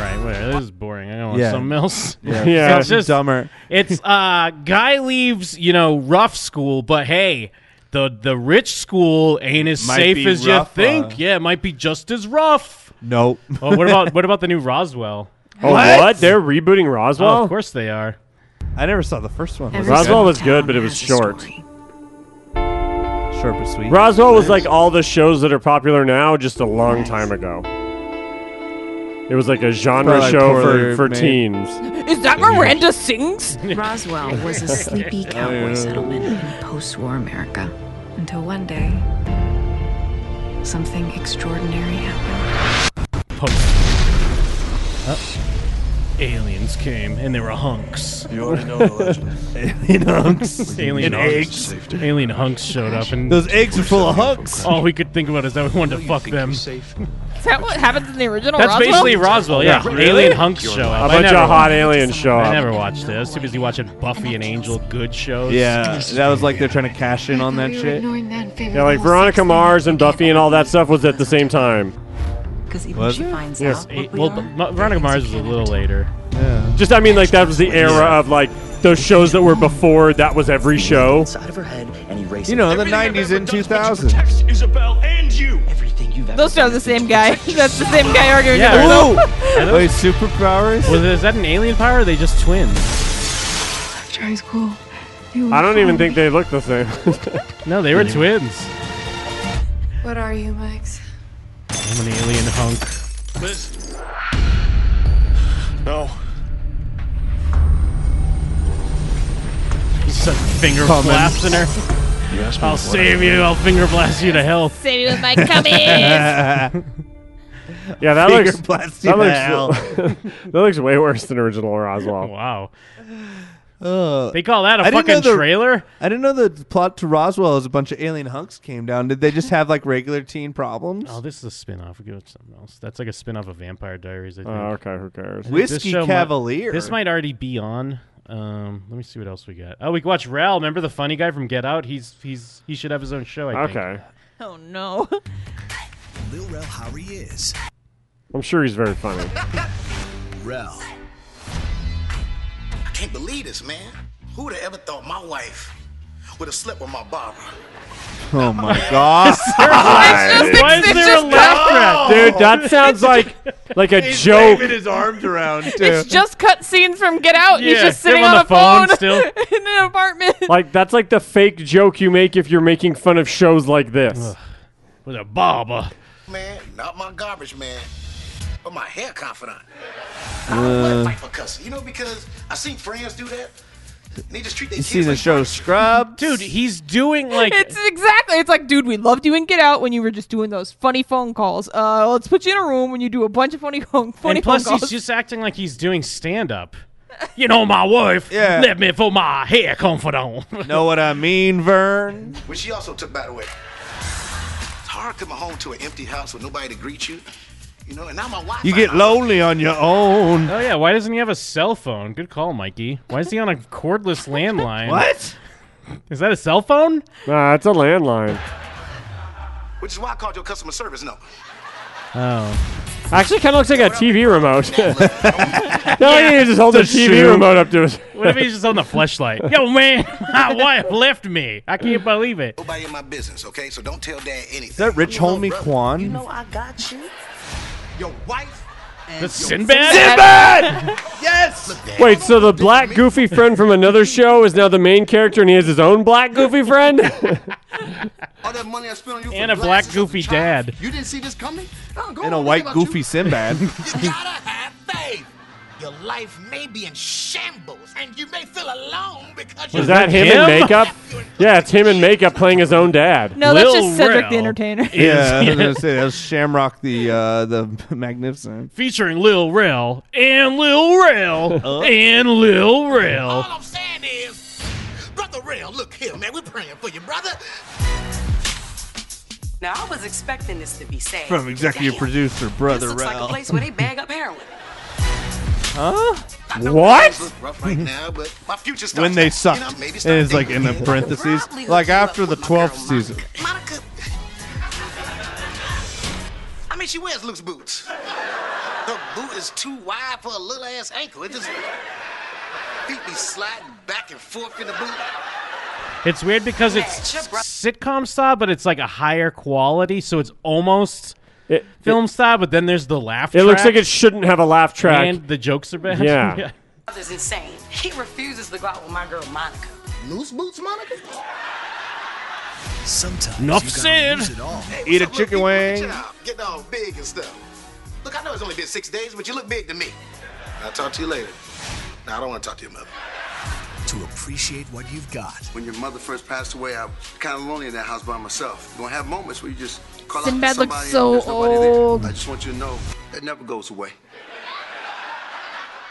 right, whatever. This is boring. I don't want Yeah. something else. Yeah, Yeah. it's just dumber. It's uh, guy leaves, you know, rough school, but hey, the the rich school ain't as Might safe be as rough, you think. uh, yeah, it might be just as rough. Nope. oh, what about what about the new Roswell? Oh, what? They're rebooting Roswell? Oh, of course they are. I never saw the first one. Was it Roswell good? was good, but it was short. Sharp and sweet. Roswell was like all the shows that are popular now just a long time ago. It was like a genre Probably like show poorly for, for made. teens. Is that Miranda sings? Roswell was a sleepy cowboy settlement in post war America until one day something extraordinary happened. Oh. Aliens came and they were hunks. You already know the legend. Alien hunks. Alien And hunks. eggs. Alien hunks showed up and Those eggs are full of hunks. All we could think about is that we wanted to fuck them. Is that what happens in the original That's Roswell? basically Roswell, yeah. Really? Alien hunks show up. A I bunch never- of hot aliens show I up. never watched it. I was too busy watching Buffy and Angel good shows. Yeah, that was like they're trying to cash in on that shit. Yeah, like Veronica Mars and Buffy and all that stuff was at the same time. Because even Was she it? finds Yes. out. Eight- well, Ma- Veronica Mars was a little later. Yeah. Just I mean like that was the era of like those shows that were before that was every show. You know, the 90s and 2000s. Isabel and you. Everything you've ever Those sound the same guy. That's the same guy arguing Yeah. with himself. Wait, superpowers? Was is that an alien power? Or are they just twins? After high school, I don't even think they look the same. no, they were twins. What are you, Max? I'm an alien hunk. Liz. No. Just a finger Coming. blasting her. You asked me I'll what save I- you. I'll finger blast you to hell. Say it with my cummies. Yeah, that Finger looks blast you that to looks that looks way worse than original Roswell. Oh, Wow. Uh, They call that a I didn't know fucking the- trailer? I didn't know the plot to Roswell is a bunch of alien hunks came down. Did they just have like regular teen problems? Oh, this is a spin-off. We go with something else. That's like a spin-off of Vampire Diaries, I think. Oh, okay, who cares? I think this Whiskey show might- Cavalier. this might already be on. Um, let me see what else we got. Oh, we can watch Ral. Remember the funny guy from Get Out? He's he's he should have his own show, I think. Okay. oh no. Lil Rel Howery is. I'm sure he's very funny. Rel. I can't believe this, man. Who would have ever thought my wife would have slept with my barber? Oh my god. Why is there a laugh track? Dude, that sounds like like a He's joke. waving his arms around too. It's just cut scenes from Get Out. He's Yeah, just him sitting on on, the a phone, phone still. in an apartment. Like that's like the fake joke you make if you're making fun of shows like this. With a barber. Man, not my garbage man, but my hair confidant. Uh, Fight for cussing. You know, because I seen friends do that. And they just treat their you kids see the like show Scrub? Dude, he's doing like it's exactly. It's like, dude, we loved you in Get Out when you were just doing those funny phone calls. Uh, let's put you in a room when you do a bunch of funny phone funny and plus phone he's calls. just acting like he's doing stand up. You know my wife Yeah. left me for my hair confidant. know what I mean, Vern? Which she also took, by the way. It's hard coming home to an empty house with nobody to greet you. You know, and now my wife. You get lonely on your own. Oh yeah, why doesn't he have a cell phone? Good call, Mikey. Why is he on a cordless landline? What? Is that a cell phone? Nah, it's a landline. Which is why I called your customer service. No. Oh. Actually, kind of looks like a TV remote. No, you just hold the It's a TV shoe. remote up to his. What if he's just on the flashlight? Yo, man, my wife left me. I can't believe it. Nobody in my business, okay? So don't tell dad anything. Is that Rich Homie Kwan? You know I got you. Your wife. The Sinbad? Sinbad! yes! Wait, so the black goofy friend from another show is now the main character, and he has his own black goofy friend. And a black goofy dad. You didn't see this coming? No, go And a on, white think about goofy Sinbad. You gotta have faith. Your life may be in shambles, and you may feel alone because Is that him in makeup? Yeah, it's him in makeup playing his own dad. No, Oh, that's just Cedric the Entertainer. yeah, I was gonna say that was Shamrock the uh, the Magnificent. Featuring Lil Rel and Lil Rel Uh. and Lil Rel. All I'm saying is, brother Real, look here, man. We're praying for you, brother. Now, I was expecting this to be sad. From executive Damn, producer Brother This looks like Rel. a place where they bag up heroin. Huh? Things What? look rough right now, but my future starts. when they suck, sucked, and it's like in the parentheses, like after the twelfth season. Monica. I mean, she wears Luke's boots. Her boot is too wide for a little ass ankle. It just feet be sliding back and forth in the boot. It's weird because it's sitcom style, but it's like a higher quality, so it's almost film style, but then there's the laugh It looks like track, it shouldn't have a laugh track. And the jokes are bad. Yeah. Brother's insane. He refuses to go out with my girl Monica. Loose boots, Monica? Sometimes. Enough said. Eat a chicken wing. Getting all big and stuff. Look, I know it's only been six days, but you look big to me. I'll talk to you later. No, I don't want to talk to your mother. To appreciate what you've got. When your mother first passed away, I was kind of lonely in that house by myself. You're gonna have moments where you just call out Sinbad to looks somebody and so there's nobody old. There. I just want you to know that never goes away.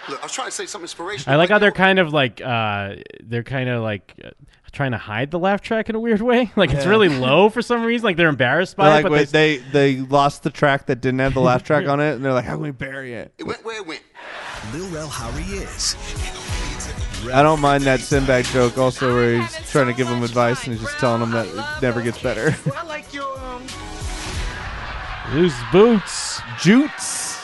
Look, I was trying to say something inspirational. I like but how they're kind of like uh, they're kind of like uh, trying to hide the laugh track in a weird way. Like it's Yeah. really low for some reason. Like they're embarrassed by They're it, like, but wait, they, they they lost the track that didn't have the laugh track on it, and they're like, how can we bury it? It went where it went. Lil Rel how he is. I don't mind that Sinbad joke also where he's trying to give him advice and he's just telling him that it never gets better. I like your um. Loose boots. Jutes.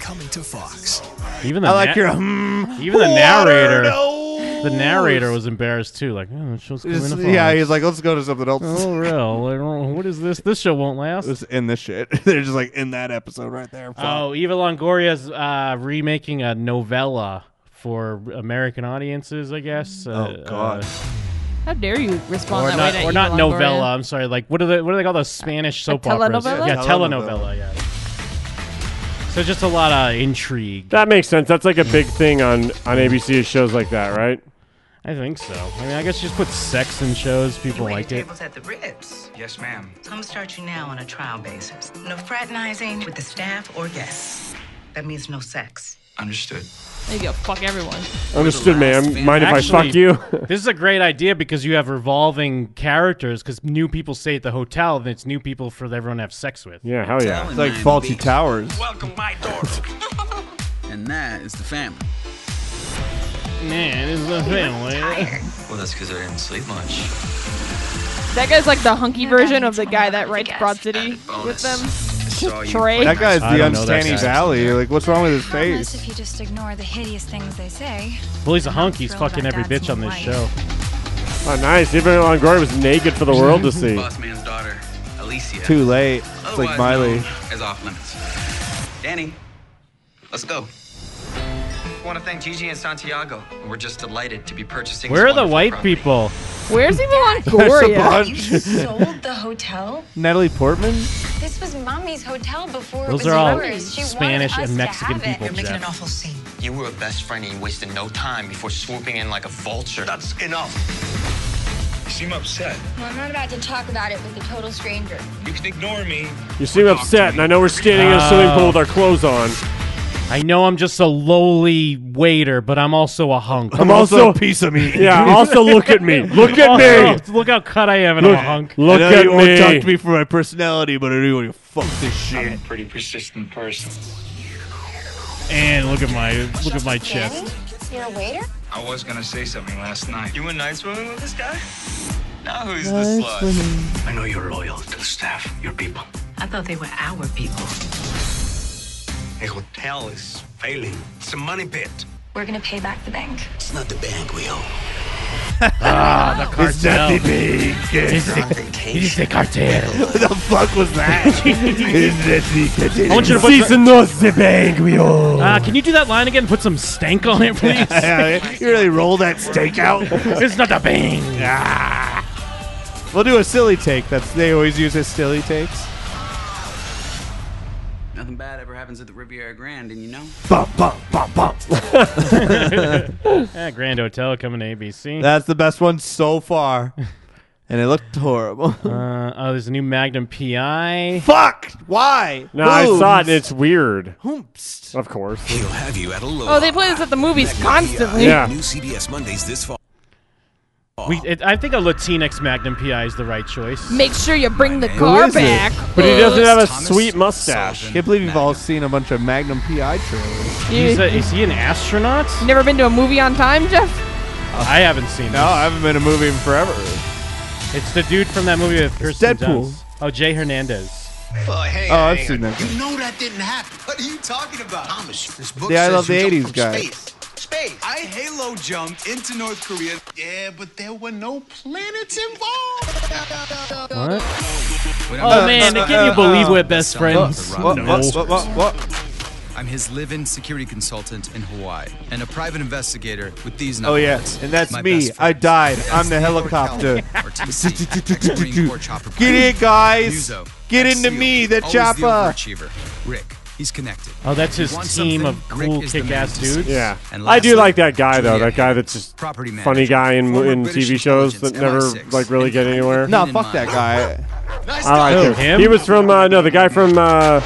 Coming to Fox. even the I like na- your, hmm, even the water narrator. nose. The narrator was embarrassed too. Like, oh, the show's coming Just- to yeah, Fox. he's like, let's go to something else. Oh, real. Like, oh, What is this? This show won't last. Let's end this shit. They're just like in that episode right there. Oh, Eva Longoria's uh, remaking a novella for American audiences, I guess. Uh, Oh, God. uh, How dare you respond or that not, way to or Eva not Longoria. novella. I'm sorry. Like, what are the what do they call those Spanish soap operas? telenovela? Yeah, telenovela. Telenovela. Yeah. So just a lot of intrigue. That makes sense. That's like a big thing on on ABC's shows like that, right? I think so. I mean, I guess just put sex in shows. People like it. Tables at the ribs. Yes, ma'am. I'm gonna start you now on a trial basis. No fraternizing with the staff or guests. That means no sex. Understood. There you go. Fuck everyone. Understood, ma'am. Mind if I Actually, fuck you? this is a great idea because you have revolving characters because new people stay at the hotel and it's new people for everyone to have sex with. yeah, hell yeah. It's like Faulty Towers. Welcome, my daughter. and that is the family. Man, this is a family. Well, that's because I didn't sleep much. That guy's like the hunky version of the guy that writes Broad City with them. Trey. That guy's I the don't know that uncanny guy. valley. Like, what's wrong with his Harmless face? if you just ignore the hideous things they say. Well, he's a hunk. He's Thrilled fucking about every Dad's bitch on this wife. show. Oh, nice. Even Longoria was naked for the world to see. Boss man's daughter, Alicia. Too late. Oh, It's like Otherwise Miley. known As off limits. Danny, let's go. I want to thank Gigi and Santiago. We're just delighted to be purchasing. Where this are wonderful the white property. people? Where's Eva bunch. You sold the hotel? Natalie Portman? This was mommy's hotel before it Those was are all yours. She wanted Spanish us and to Mexican have it. people, You're making an Jeff. awful scene. You were a best friend and you wasted no time before swooping in like a vulture. That's enough. You seem upset. Well, I'm not about to talk about it with a total stranger. You can ignore me. You seem upset, and I know we're standing in a swimming pool with our clothes on. I know I'm just a lowly waiter, but I'm also a hunk. I'm also a piece of meat. Yeah, also look at me. Look at me. Also, Oh, Look how cut I am and I'm a hunk. Look I know at you won't talk me. to me for my personality, but I do want to fuck this I'm a shit. pretty persistent person. And look at my look at my chest. You're a waiter? I was gonna say something last night. You went night swimming with this guy? Now who's Night the slut? swimming. I know you're loyal to the staff, your people. I thought they were our people. The hotel is failing. It's a money pit. We're gonna pay back the bank. It's not the bank we owe. Ah, the cartel. It's not the bank. It's the, it's the cartel. what the fuck was that? it's the, the, I want you to put This the- is not the bank we owe. Uh, can you do that line again? and Put some stank on it, please. you really roll that steak out? it's not a bang. We'll do a silly take. That's they always use as silly takes. Nothing bad ever happens at the Riviera Grand, and you know. Bump, bump, bump, bump. Yeah, Ah, Grand Hotel coming to ABC. That's the best one so far, and it looked horrible. uh, oh, there's a new Magnum PI. Fuck! Why? No, I saw it. and It's weird. Hoomst. Of course. He'll have you at a low. Oh, they play this at the movies constantly. New CBS Mondays this fall. We, it, I think a Latinx Magnum PI is the right choice. Make sure you bring the car back. sweet mustache. Can't believe you've all seen a bunch of Magnum PI trailers. He's a- is he an astronaut? Never been to a movie on time, Jeff? I haven't seen. No, I haven't been a movie in forever. It's the dude from that movie with Kirsten Deadpool. Dunst. Oh, Jay Hernandez. Oh, hey, Oh, I've hang seen on. that. You know that didn't happen. What are you talking about? Thomas, this book The I says Love you the jumped 80s from guy. Space. Space. I Halo jumped into North Korea. Yeah, but there were no planets involved. What? Uh, Oh, man, can you believe we're best friends? What, what, No. what, I'm his live-in security consultant in Hawaii and a private investigator with these Oh yeah, knuckleheads. and that's My me. best friend. I died. That's I'm the New York helicopter. Helicopter, or TC, ex-Marine Corps chopper Get pilot. it, guys. Muzo, Get ex-SEAL, into me, the always chopper. overachiever. Rick, he's connected. Oh, that's You his want team something? of Rick cool is the man kick-ass to dudes. see. Yeah, And I do lastly, like that guy though. Juliet, That guy that's just property manager, funny guy in former in British TV shows that never intelligence, MI6, like really get anywhere. No, fuck that guy. I like him. Him? He was from uh, no, the guy from uh,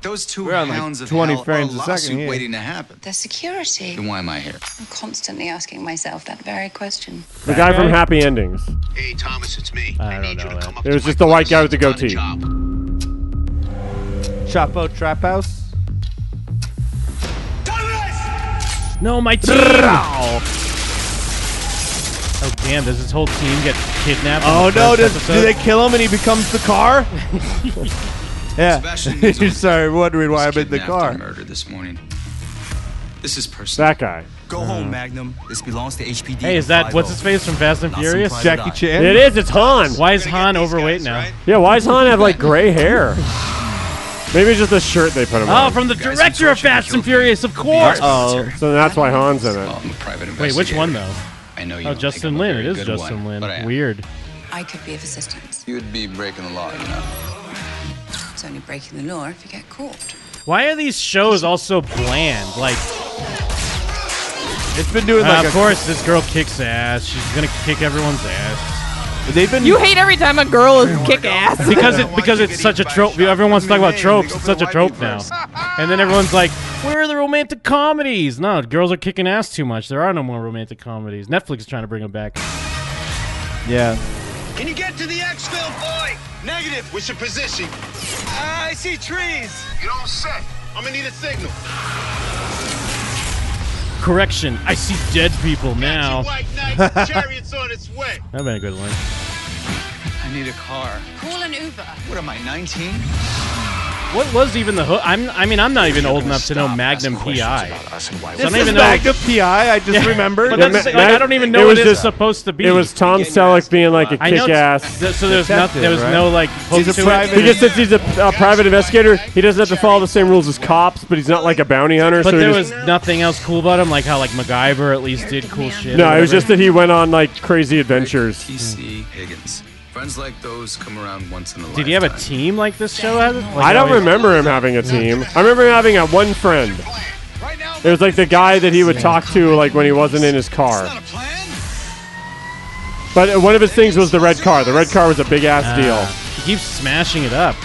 Those 2 We're on like pounds of 20 hell frames are a lawsuit second here. waiting to happen. The security. Then why am I here? I'm constantly asking myself that very question. the guy from Happy Endings. Hey, Thomas, it's me. I don't know. That. It was just the white guy with the goatee. Chapo Trap House. No, my team. oh damn! Does his whole team get kidnapped? in Oh the no! Does, first do episode? they kill him and he becomes the car? yeah. Sebastian You're Muzo sorry, wondering why I'm in the kidnapped and car. Murdered this morning. This is personal. That guy. Go home, Magnum. This belongs to HPD. Hey, is that what's his face from Fast and Not some Furious? private Jackie eye. Chan? It is. It's Han. Why is Han overweight now? Yeah, why does Han have like gray hair? Maybe it's just the shirt they put him Oh, on. from the director of Fast and Furious, of course. Oh, Uh-oh. So that's why Han's in it. Wait, which one though? I know Oh, Justin Lin. It is Justin Lin. Weird. I could be of assistance. You'd be breaking the law, you know. It's only breaking the law if you get caught. Why are these shows all so bland? Like, it's been doing like Uh, of a- course, this girl kicks ass. She's gonna kick everyone's ass. They've been. You hate every time a girl is kick ass. because it because it's such a trope. Everyone wants to talk about tropes. It's such a trope now. And then everyone's like, "Where are the romantic comedies?" No, girls are kicking ass too much. There are no more romantic comedies. Netflix is trying to bring them back. Yeah. Can you get to the exfil, boy? Negative. What's your position? I see trees. You don't say. I'm gonna need a signal. Correction. I see dead people now. White knight, That'd chariot's on its way. been a good one. I need a car. Call an Uber. What am I, 19? What was even the hook? I'm. I mean, I'm not even old enough to know Magnum PI. This is Magnum PI. I just remembered. But that's the thing, like, I don't even know it what was it's just- supposed to be. It was Tom Selleck being like a I know kick ass. it's- so there's nothing. There was no like. hook He's to a it. private. He just says he's a uh, private investigator. He doesn't have to follow the same rules as cops, but he's not like a bounty hunter. But so there he was just, nothing else cool about him, like how like MacGyver at least did cool shit. no. or It was just whatever. that he went on like crazy adventures. TC Higgins. Friends like those come around once in a Did he have a team like this show has? Like, I don't how he- remember him having a team. I remember him having a one friend. It was like the guy that he would talk to like when he wasn't in his car. But one of his things was the red car. The red car was a big ass Ah, deal. He keeps smashing it up.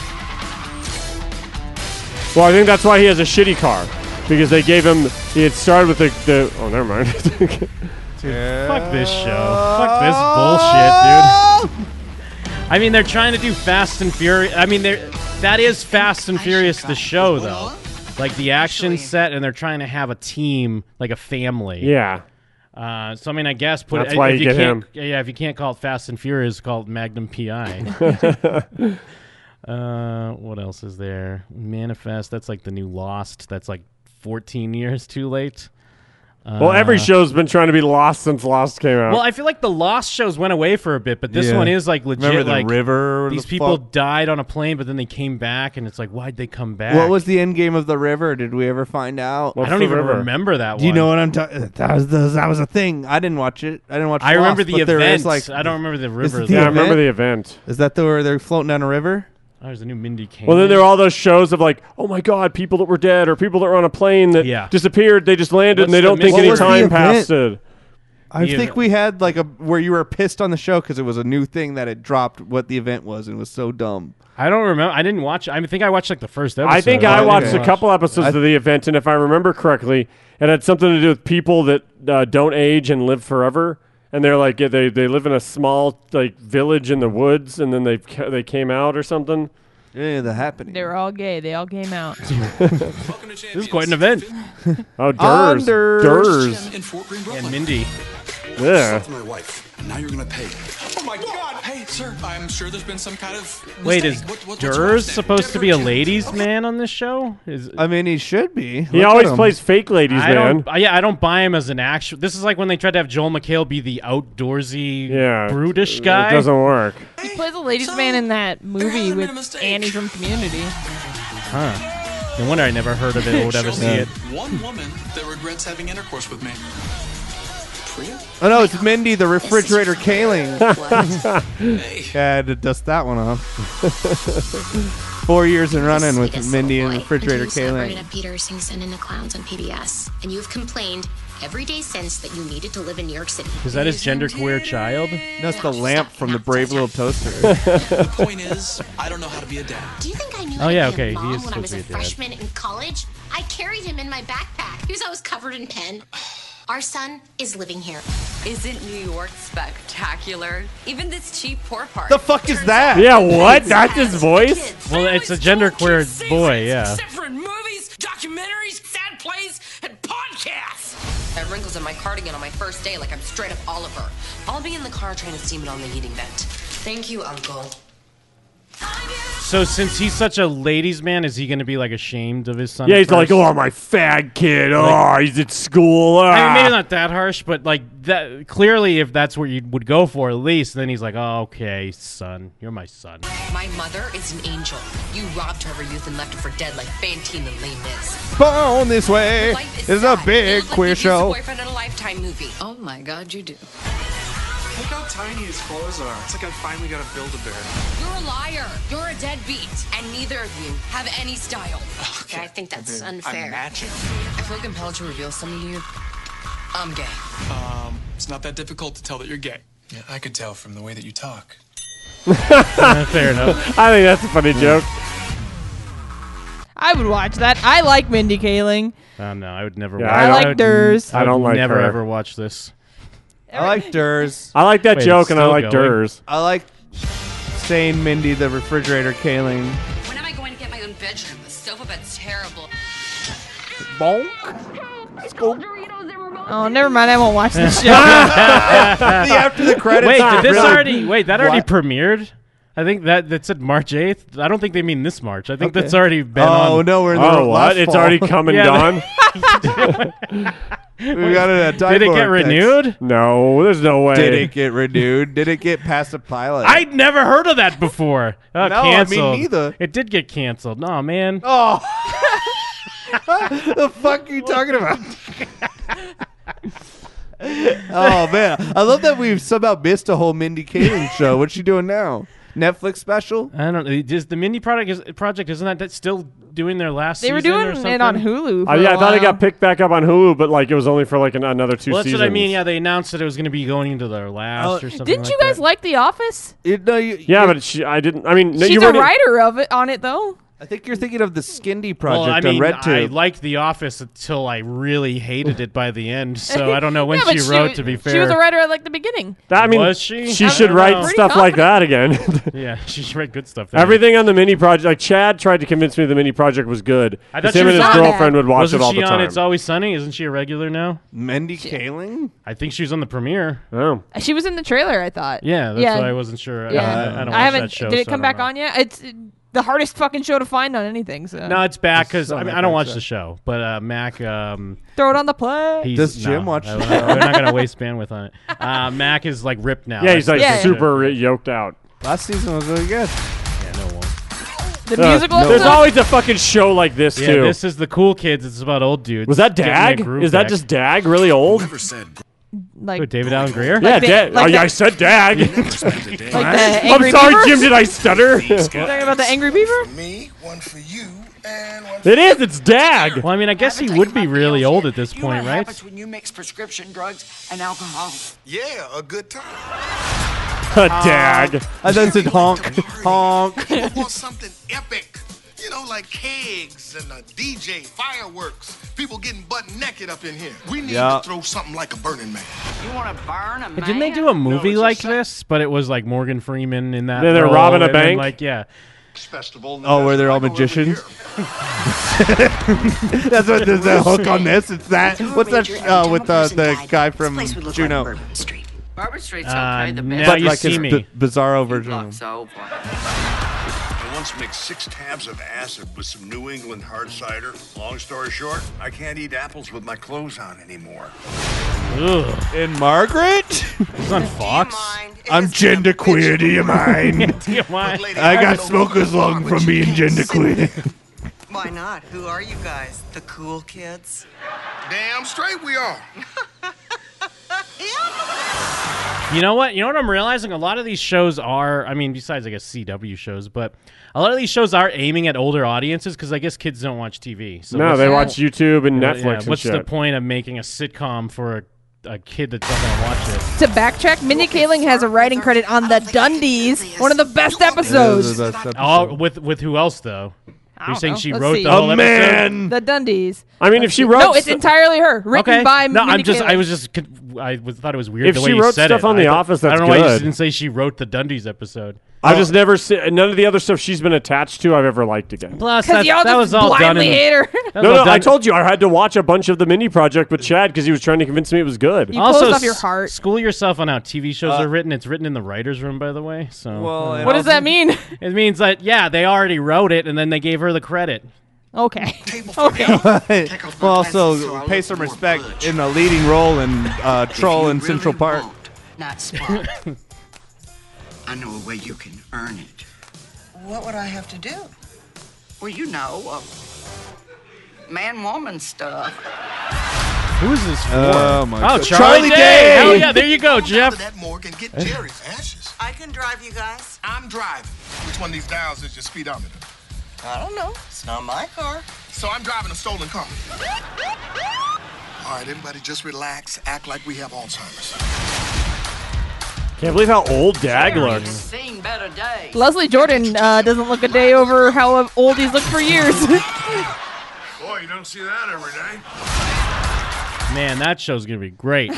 Well, I think that's why he has a shitty car because they gave him. He had started with the. the oh, never mind. Fuck this show. Fuck this bullshit, dude. I mean, they're trying to do Fast and Furious. I mean, they're that is Fast and Furious the show though, like the action set, and they're trying to have a team, like a family. yeah. Uh, so I mean, I guess put That's it, why if you you get can't, him. Yeah, if you can't call it Fast and Furious, call it Magnum PI. Uh, what else is there? Manifest. That's like the new Lost. That's like 14 years too late. Well, every Uh, show's been trying to be Lost since Lost came out. Well, I feel like the Lost shows went away for a bit, but this Yeah. one is like legit. Remember the like river or These the people fuck? died on a plane, but then they came back, and it's like, why'd they come back? What was the end game of the river? Did we ever find out? I don't even remember that. Do you one. know what I'm talking? That was the, that was a thing. I didn't watch it. I didn't watch. I remember Lost, the but there is, event. Like, I don't remember the Is river, it though. Yeah, I remember the event. Is that the where they're floating down a river? Oh, there's a new Mindy Kaling. Well, then there are all those shows of like, oh my god, people that were dead or people that were on a plane that disappeared. They just landed and What's they the don't think mystery? any What was the time event? passed. It. I The think we had like a where you were pissed on the show because it was a new thing that it dropped what the event was and it was so dumb. I don't remember. I didn't watch. I think I watched like the first episode. I think I don't watched remember a much. couple episodes of the event, and if I remember correctly, it had something to do with people that uh, don't age and live forever. And they're like they they live in a small like village in the woods, and then they they came out or something. Yeah, that happened. They were all gay. They all came out. This is quite an event. Oh, Durs, Durs, In Fort Greene, Brooklyn. and Mindy. yeah. my wife, and now you're gonna pay. Oh my God! Hey, sir, I'm sure there's been some kind of Wait, is mistake. What- what- what's your Durs name? supposed to be a Deborah Jones. ladies' man on this show? Is I mean, he should He be. Look at always him. plays fake ladies, I man. don't. uh, Yeah, I don't buy him as an actual. This is like when they tried to have Joel McHale be the outdoorsy, Yeah, brutish it guy. doesn't work. He plays a ladies' man in that movie with Annie from Community. Huh. No wonder I never heard of it or would ever Shows see me it. One woman that regrets having intercourse with me. Priya? Oh no, it's Mindy the refrigerator Kaling. What? yeah, I had to dust that one off. Four years in running with Mindy and refrigerator Kaling. Sabrina Peter sings Sin in the Clowns on PBS, and you've complained every day since that you needed to live in New York City. Is that his genderqueer child? No, it's the lamp from the Brave Little Toaster. Point is, I don't know how to be a dad. Do you think I knew Oh, how to yeah, be a okay, he mom is when I was supposed a to be a dad. freshman in college? I carried him in my backpack. He was always covered in pen. Our son is living here. Isn't New York spectacular? Even this cheap poor part. The fuck is that? Yeah, what? That's his voice. Well, it's a genderqueer boy. Yeah. for in movies, documentaries, sad plays, and podcasts. I have wrinkles in my cardigan on my first day like I'm straight up Oliver. I'll be in the car trying to steam it on the heating vent. Thank you, Uncle. So since he's such a ladies' man, is he going to be like ashamed of his son? Yeah, at he's like, first? oh my fag kid. Like- Oh, he's at school. I mean, ah." maybe not that harsh, but like that. Clearly, if that's what you would go for, at least then he's like, "Oh, okay, son, you're my son." My mother is an angel. You robbed her of her youth and left her for dead like Fantine and Lame Miz. Born this way Life is is a big queer show. Boyfriend in a Lifetime movie. Oh my God, you do. Look how tiny his clothes are. It's like I finally got a build a bear. You're a liar. You're a deadbeat, and neither of you have any style. Okay, I think that's I'm unfair. matching. I feel compelled to reveal something to you. I'm gay. Um, it's not that difficult to tell that you're gay. Yeah, I could tell from the way that you talk. Fair enough. I think that's a funny joke. I would watch that. I like Mindy Kaling. Oh no, I would never. Yeah, watch I I like would- Durs. I don't would like Never her. ever watch this. I like Durs. I like that Wait, joke, it's and I still like going? Durs. I like saying Mindy the refrigerator Kaling. When am I going to get my own bedroom? The sofa bed's terrible. Bonk. Oh, never mind. I won't watch this show. Uh, Wait, did this Really? already? Wait, that already What? premiered. I think that that said March eighth. I don't think they mean this March. I think Okay. that's already been. Oh, on. no, we're in the Oh, last what? It's fall. already come and Yeah, gone? We got it at Did it get renewed? No, there's no way. Did it get renewed? Did it get past a pilot? I'd never heard of that before. Oh, No, I mean, canceled. neither. It did get canceled. No, man. Oh. the fuck are you talking about? oh man, I love that we've somehow missed a whole Mindy Kaling show. What's she doing now? Netflix special? I don't know. Does the Mindy product is, project isn't that that's still doing their last? They were season or doing it something? Oh, on Hulu Uh, yeah, I thought it got picked back up on Hulu, but like it was only for like an, another two Well, that's seasons. what I mean. Yeah, they announced that it was going to be going into their last or something. Oh, Didn't like you guys like The Office? yeah, but she, I didn't. I mean, no, She's you e a already- writer of it on it though. I think you're thinking of the Skindy that. project well, I on mean, I RedTube. liked The Office until I really hated it by the end. So Oh, I don't know when Yeah, but she wrote. wa- to be fair, she was a writer at like the beginning. That- I mean, Was she? I should don't write know. stuff like that again. yeah, she should write good stuff. There. Everything on the mini project, like Chad tried to convince me the mini project was good. I Because thought she him was and his on that. girlfriend would watch Wasn't it all she the on time. It's Always Sunny? Isn't she a regular now? Mindy Kaling? I think she was on the premiere. Oh. She was in the trailer, I thought. Yeah, that's why I wasn't sure. I- I- I don't watch haven't. that show, did it so I come don't back know. on yet? It's the hardest fucking show to find on anything. So No, it's back because so I, mean, many I don't things watch that- the show, but uh, Mac. Um, throw it on the play. he's- no, I- the We're not gonna waste bandwidth on it. Uh, Mac is like ripped now. yeah, he's like That's the shit. super yoked out. Last season was really good. Yeah, no one. Uh, There's always a fucking show like this Yeah, too. this is the cool kids. It's about old dudes. Was that getting their Dag? groove Is that back. just Dag? Really old? Like Who, David Allen Greer? yeah, Dag. I, I said Dag. I'm Angry sorry, Beaver? Jim. Did I stutter? You're talking about the Angry Beaver? It is. It's Dag. Well, I mean, I guess he would be really old at this point, right? Happens when you mix prescription drugs and alcohol. Yeah, a good time. A Dag. I then said honk, honk. I want something epic. You know, like kegs and a DJ, fireworks, people getting butt naked up in here. We need Yeah. to throw something like a Burning Man. You want to burn a But didn't they do a movie like this? But it was like Morgan Freeman in that. Yeah, they're role, robbing a and then, bank. Like, yeah. festival? Oh, where they're all magicians. That's what there's a hook on this. It's that. What's that uh, with uh, the guy from Juno? Barbara Street's Uh, okay. The now best. you like see his me. b- bizarro version. of him. So far. I once mixed six tabs of acid with some New England hard cider. Long story short, I can't eat apples with my clothes on anymore. Ugh. In Margaret? It's on Fox. I'm gender queer. Do you mind? Do you mind? I got smoker's lung from being gender queer. Why not? Who are you guys? The cool kids? Damn straight we are. You know what? You know what I'm realizing? A lot of these shows are, I mean, besides, I guess, CW shows, but a lot of these shows are aiming at older audiences because I guess kids don't watch TV. So No, what's they the- watch YouTube and Yeah, Netflix and What's the shit. point of making a sitcom for a, a kid that's not going to watch it? To backtrack, Mindy Kaling has a writing credit on the Dundies, one of the best episodes. Oh, with with who else though? You're saying know. she Let's wrote see. the whole episode? The Dundies. I mean, if she wrote no, it's st- entirely her, written okay. by. no, Mindy I'm just Kaling. I was just con- I was, thought it was weird If the way she you wrote said stuff it. on I The thought- Office, I that's don't know why you good. didn't say she wrote the Dundies episode. I've just never seen none of the other stuff she's been attached to. I've ever liked again. plus 'Cause that, y'all that just was all done. blindly in, hate her. that was No, all no, done- I told you I had to watch a bunch of the mini project with Chad because he was trying to convince me it was good. also, closed off your s- school yourself on how TV shows Uh, are written. It's written in the writers' room, by the way. So, Uh, Well, and What does also- that mean? It means that yeah, they already wrote it, and then they gave her the credit. okay. okay. well, also pay some respect in a leading role in uh, Troll in Central Park. Not smart. I know a way you can earn it. what would I have to do? Well, you know, uh, man-woman stuff. Who's this? For? Oh, my oh God. Charlie, Charlie Day. Day! Hell yeah, there you go, Jeff. Morgan, get Jerry's ashes. I can drive you guys. I'm driving. Which one of these dials is your speedometer? I don't know. It's not my car. So I'm driving a stolen car. All right, everybody, just relax. Act like we have Alzheimer's. Can't believe how old Dag looks. Seen better days. Leslie Jordan uh, doesn't look a day over how old he's looked for years. Boy, you don't see that every day. Man, that show's gonna be great.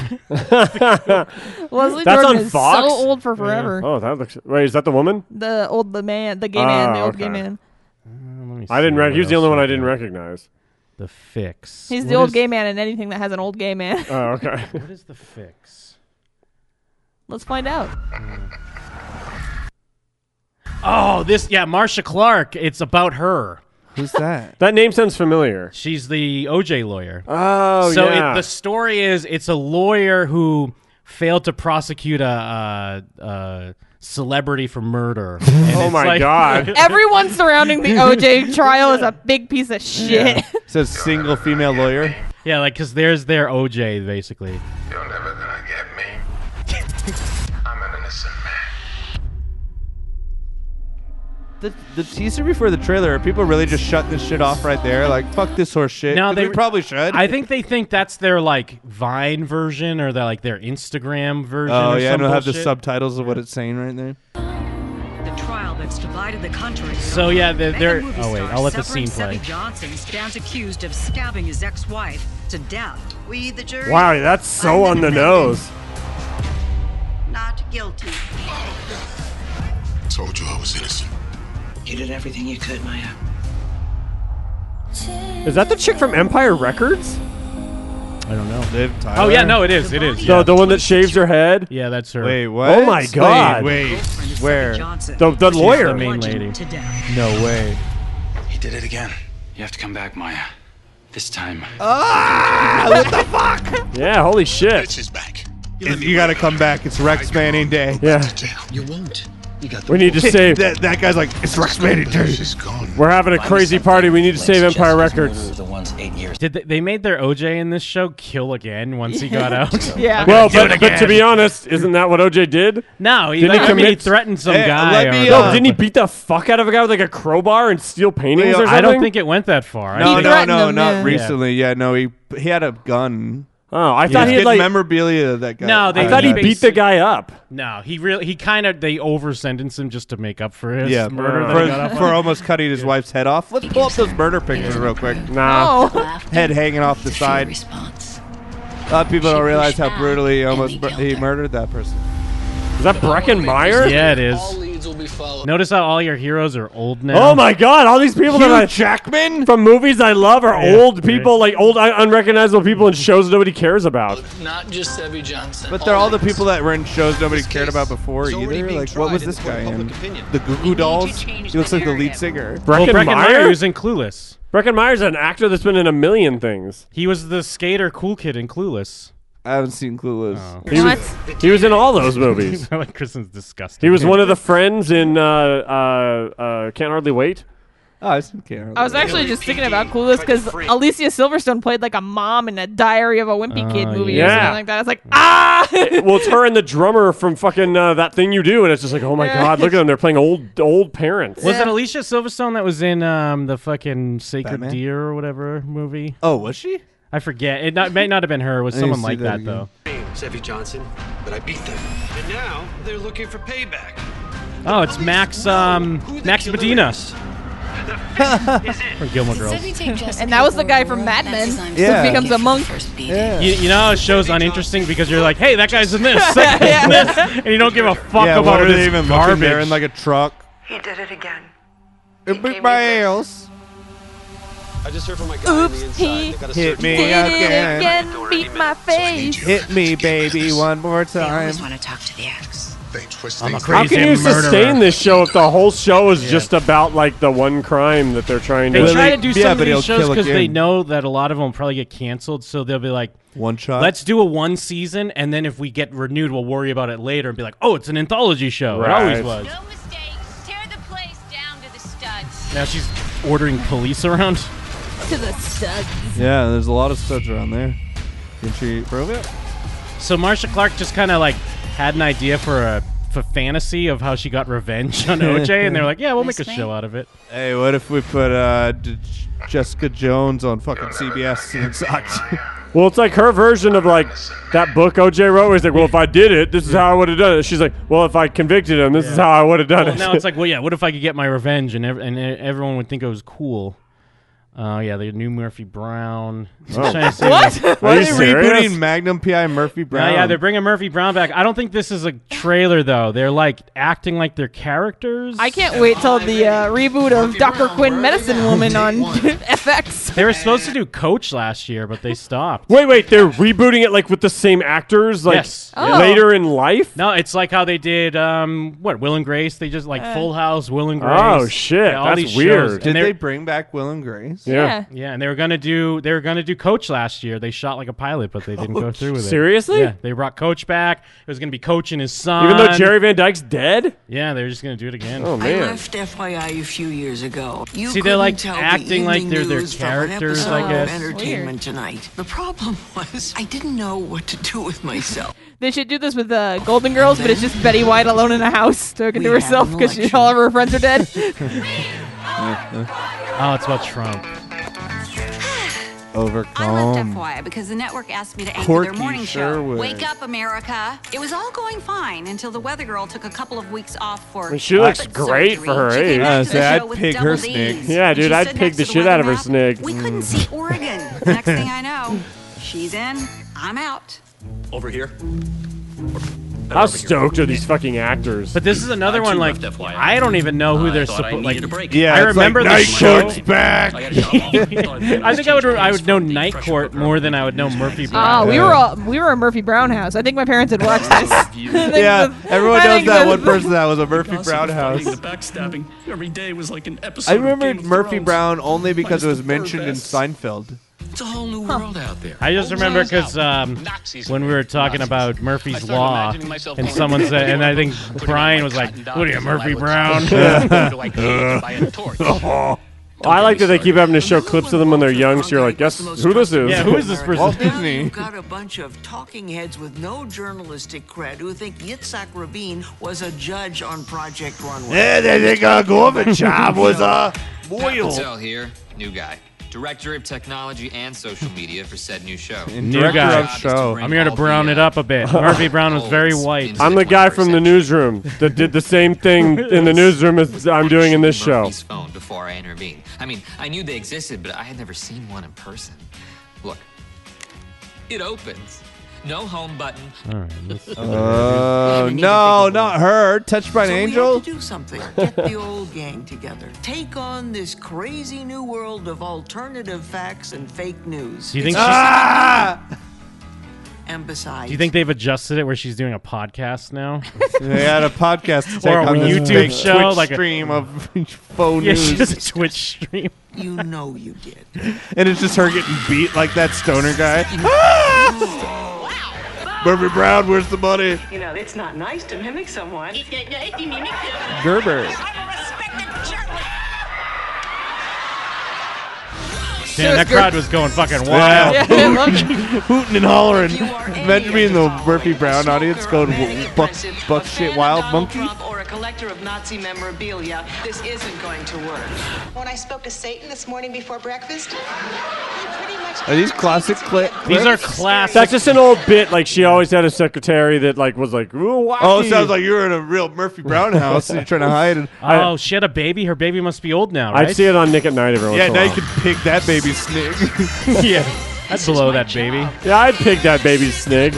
Leslie That's Jordan on is Fox? so old for forever. Oh, that looks. Wait, is that the woman? The old the man, the gay man, the Ah, old gay okay. man. I didn't. see Rec- he what was the else only one I I didn't recognize. The fix. He's the What old is- gay man in anything that has an old gay man. Oh, okay. What is the fix? Let's find out. Oh, this yeah, Marsha Clark. It's about her. Who's that? that name sounds familiar. She's the OJ lawyer. Oh, so yeah. it, the story is it's a lawyer who failed to prosecute a, uh uh celebrity for murder. And Oh it's my like- God. Everyone surrounding the OJ trial is a big piece of shit. Says single female lawyer. yeah, like because there's their OJ basically. You're never gonna get me. I'm an innocent man. The, the teaser before the trailer, are people really just shutting this shit off right there? Like, fuck this horse shit. No, 'Cause they we probably should. I think they think that's their like Vine version or their like their Instagram version. Oh or yeah, some and it'll have the bullshit. subtitles of what it's saying right there. The trial that's divided the country. So, yeah, the- Mega they're- movie oh, wait, star I'll let the Severin scene play. Sebby Johnson stands accused of stabbing his ex-wife to death. We, the jury. Wow, that's so on the nose. Not guilty. Told you I was innocent. You did everything you could, Maya. Is that the chick from Empire Records? I don't know. Liv Oh Tyler? yeah, no, it is. It is. So yeah. the one that shaves her head. Yeah, that's her. Wait, what? Oh my god. Wait, wait. where? The the She's lawyer. the main lady. No way. He did it again. You have to come back, Maya. This time. Ah, what the fuck? Yeah, holy shit. If you gotta come back. It's Rex Manning Day. Yeah. You won't. You got We need to save. that, that guy's like, it's Rex Manning Day. We're having a crazy party. We need to save Empire Were Records. the ones eight years. Did they, they made their OJ in this show kill again once he got out? yeah. Well, but, but to be honest, isn't that what OJ did? No, he, I mean, he threatened some Hey, guy. let or- me, uh, No, didn't he beat the fuck out of a guy with like a crowbar and steal paintings or something? I don't think it went that far. I No, think- no, no, not yeah. recently. Yeah, no, he he had a gun. Oh, I thought he had, good like- memorabilia of that guy. No, they- I thought he they beat the guy up. No, he really he kind of they over sentenced him just to make up for his yeah, murder. that he got for, off for on. almost cutting his wife's head off. Let's pull up those murder pictures real quick. Nah. Oh. head hanging off the side. A lot of people don't realize how brutally he almost mur- he murdered that person. Is that Breckenmeyer? Yeah, it is. Notice how all your heroes are old now. Oh my god, all these people that Hugh I Jackman from movies I love are Yeah, old people, like old un- unrecognizable people in shows nobody cares about. Not just Debbie Johnson. But they're all the people that were in shows nobody cared about before either. Like, what was this guy in? The Goo Goo Dolls. He looks like the lead singer. Well, Breckenmeyer Breckenmeyer? was in Clueless. Breckenmeyer's an actor that's been in a million things. He was the skater cool kid in Clueless. I haven't seen Clueless. He was, he was in all those movies. like Kristen's disgusting. He was one of the friends in uh, uh, uh, Can't Hardly Wait. Oh, I seen Can't Hardly I was actually just thinking about Clueless because Alicia Silverstone played like a mom in a Diary of a Wimpy Kid movie or Oh, yeah. something like that. I was like, ah, well, it's her and the drummer from fucking uh, that thing you do, and it's just like, oh my god, look at them—they're playing old old parents. Was it Alicia Silverstone that was in um, the fucking Sacred Batman? Deer or whatever movie? Oh, was she? I forget. It not, may not have been her. It was I didn't someone see like that that, again. though. Debbie Johnson, but I beat them. And now they're looking for payback. Oh, it's Max um, Max Medina from Gilmore Girls. and that was the guy from Mad Men who Yeah. becomes a monk. Yeah. You, you know how a show's uninteresting because you're like, hey, that guy's in this, that guy's in this, and you don't give a fuck yeah, about what all are this they even looking? garbage. They're in like a truck. He did it again. It big miles. I just heard from my guy on the Oops, inside. he They got a Hit surgeon- me did it again. again, beat my face. Hit me, baby, one more They time. always want to talk to the ex. They twist I'm a things. crazy How can you murderer. sustain this show if the whole show is just about like the one crime that they're trying to? They try to do Yeah, some but of he'll these shows kill because they again. know that a lot of them probably get canceled, so they'll be like, One shot. let's do a one season, and then if we get renewed, we'll worry about it later and be like, oh, it's an anthology show. It always Right. was. mistakes. Tear the place down to the studs. Now she's ordering police around. To the studs. Yeah, there's a lot of studs around there. Can she prove it? So Marsha Clark just kind of like had an idea for a for fantasy of how she got revenge on OJ, and they're like, yeah, we'll make a Miss me? show out of it. Hey, what if we put uh, J- Jessica Jones on fucking CBS and it sucked? Well, it's like her version of like that book OJ wrote. Where he's like, well, if I did it, this is how I would have done it. She's like, well, if I convicted him, this is how I would have done Well, it. now it's like, well, yeah, what if I could get my revenge and ev- and e- everyone would think it was cool? Uh, yeah, the new Murphy Brown. I'm trying to say- Are Why you are they serious? rebooting Magnum PI Murphy Yeah, Brown? yeah, they're bringing Murphy Brown back. I don't think this is a trailer though. They're like acting like they're characters. I can't wait till the uh, reboot of Dr. Quinn Medicine Woman on FX. They were supposed to do Coach last year, but they stopped. wait, wait, they're rebooting it like with the same actors, like Yes. Oh. later in life. No, it's like how they did um what Will and Grace. They just like Full House, Will and Grace. Oh, shit, yeah, all that's these shows. weird. And Uh. Did they're- they bring back Will and Grace? Yeah. Yeah, and they were gonna do they were gonna do Coach last year. They shot like a pilot, but they didn't go through with it. Oh, Seriously? Yeah, they brought Coach back. It was gonna be Coach and his son. Even though Jerry Van Dyke's dead. yeah, they're just gonna do it again. Oh I man. left FYI a few years ago. You See, they're, like, couldn't tell acting the like evening they're their news from an characters, I episode of guess. Entertainment Tonight. The problem was I didn't know what to do with myself. They should do this with uh, Golden Girls, but it's just Betty White alone in a house talking to We had herself an because all of her friends are dead. Oh, it's about Trump. Overcome. FYI, because the network asked me to anchor Corky their morning Sherwood. show. Wake up, America! It was all going fine until the weather girl took a couple of weeks off for. Well, she looks foot great for her surgery. She age. came back to Yeah, see, the I'd show with pig her double snake. Ds. Yeah, And dude, she I'd stood pig next the to shit out weather of her map. snake. We Mm. couldn't see Oregon. Next thing I know, she's in. I'm out. Over here. How stoked are these fucking acters? But this is another one like I don't even know who they're supposed like. Yeah, I it's remember like, the "Night show. Court's back. I think I would I would know Night Court more than I would know Murphy Oh, Brown. we were all we were a Murphy Brown house. I think my parents had watched this. I think yeah, the- everyone I knows think that the- one person that was a Murphy Gossip Brown is house. fighting backstabbing every day was like an episode. I remember Murphy Brown only because it was mentioned in Seinfeld. It's a whole new world out there. I just remember because um, when we were talking about Murphy's Law, and someone said, and I think Brian was like, "What are you, Murphy Brown?" Well, I like that they keep having to show clips of them when they're young, so you're like, guess who this is? Yeah, who is this person? You've got a bunch of talking heads with no journalistic cred who think Yitzhak Rabin was a judge on Project Runway. Yeah, they think uh, Gorbachev was uh, loyal. Patel here, new guy. Director of Technology and Social Media for said new show. New guy. I'm here to brown uh, uh, it up a bit. Murphy Brown was very white. I'm the guy from the newsroom that did the same thing in the newsroom as I'm doing in this show. Murphy's phone before I intervened. I mean, I knew they existed, but I had never seen one in person. Look, it opens. No home button. All right. let's- Oh no, not her. Touched by an so We angel. have to do something. Get the old gang together. Take on this crazy new world of alternative facts and fake news. Do you think It's uh, she's- Ah! Ah! just- And besides, Do you think they've adjusted it where she's doing a podcast now? They had a podcast to take or a on this YouTube big show, Twitch like a stream of phone yeah, news. she does a Twitch stream. you know you did. and it's just her getting beat like that stoner guy. Murphy Brown, where's the money? You know, it's not nice to mimic someone. Gerber. Damn, that crowd was going fucking wild. Hooting and hollering. Imagine being the Murphy Brown audience going buck, buck shit wild monkey. Or a collector of Nazi memorabilia. This isn't going to work. When I spoke to Satan this morning before breakfast, he pretty much Are these classic cli- clips? These are classic. That's just an old bit. Like she always had a secretary that like was like, Ooh, Oh, wacky." it sounds like you're in a real Murphy Brown house and you're trying to hide it. Oh, she had a baby. Her baby must be old now, I'd right? see it on Nick at Night every once yeah, in a now you while. can pick that baby's snake. yeah, I'd blow that baby. Yeah, I'd pick that baby snig.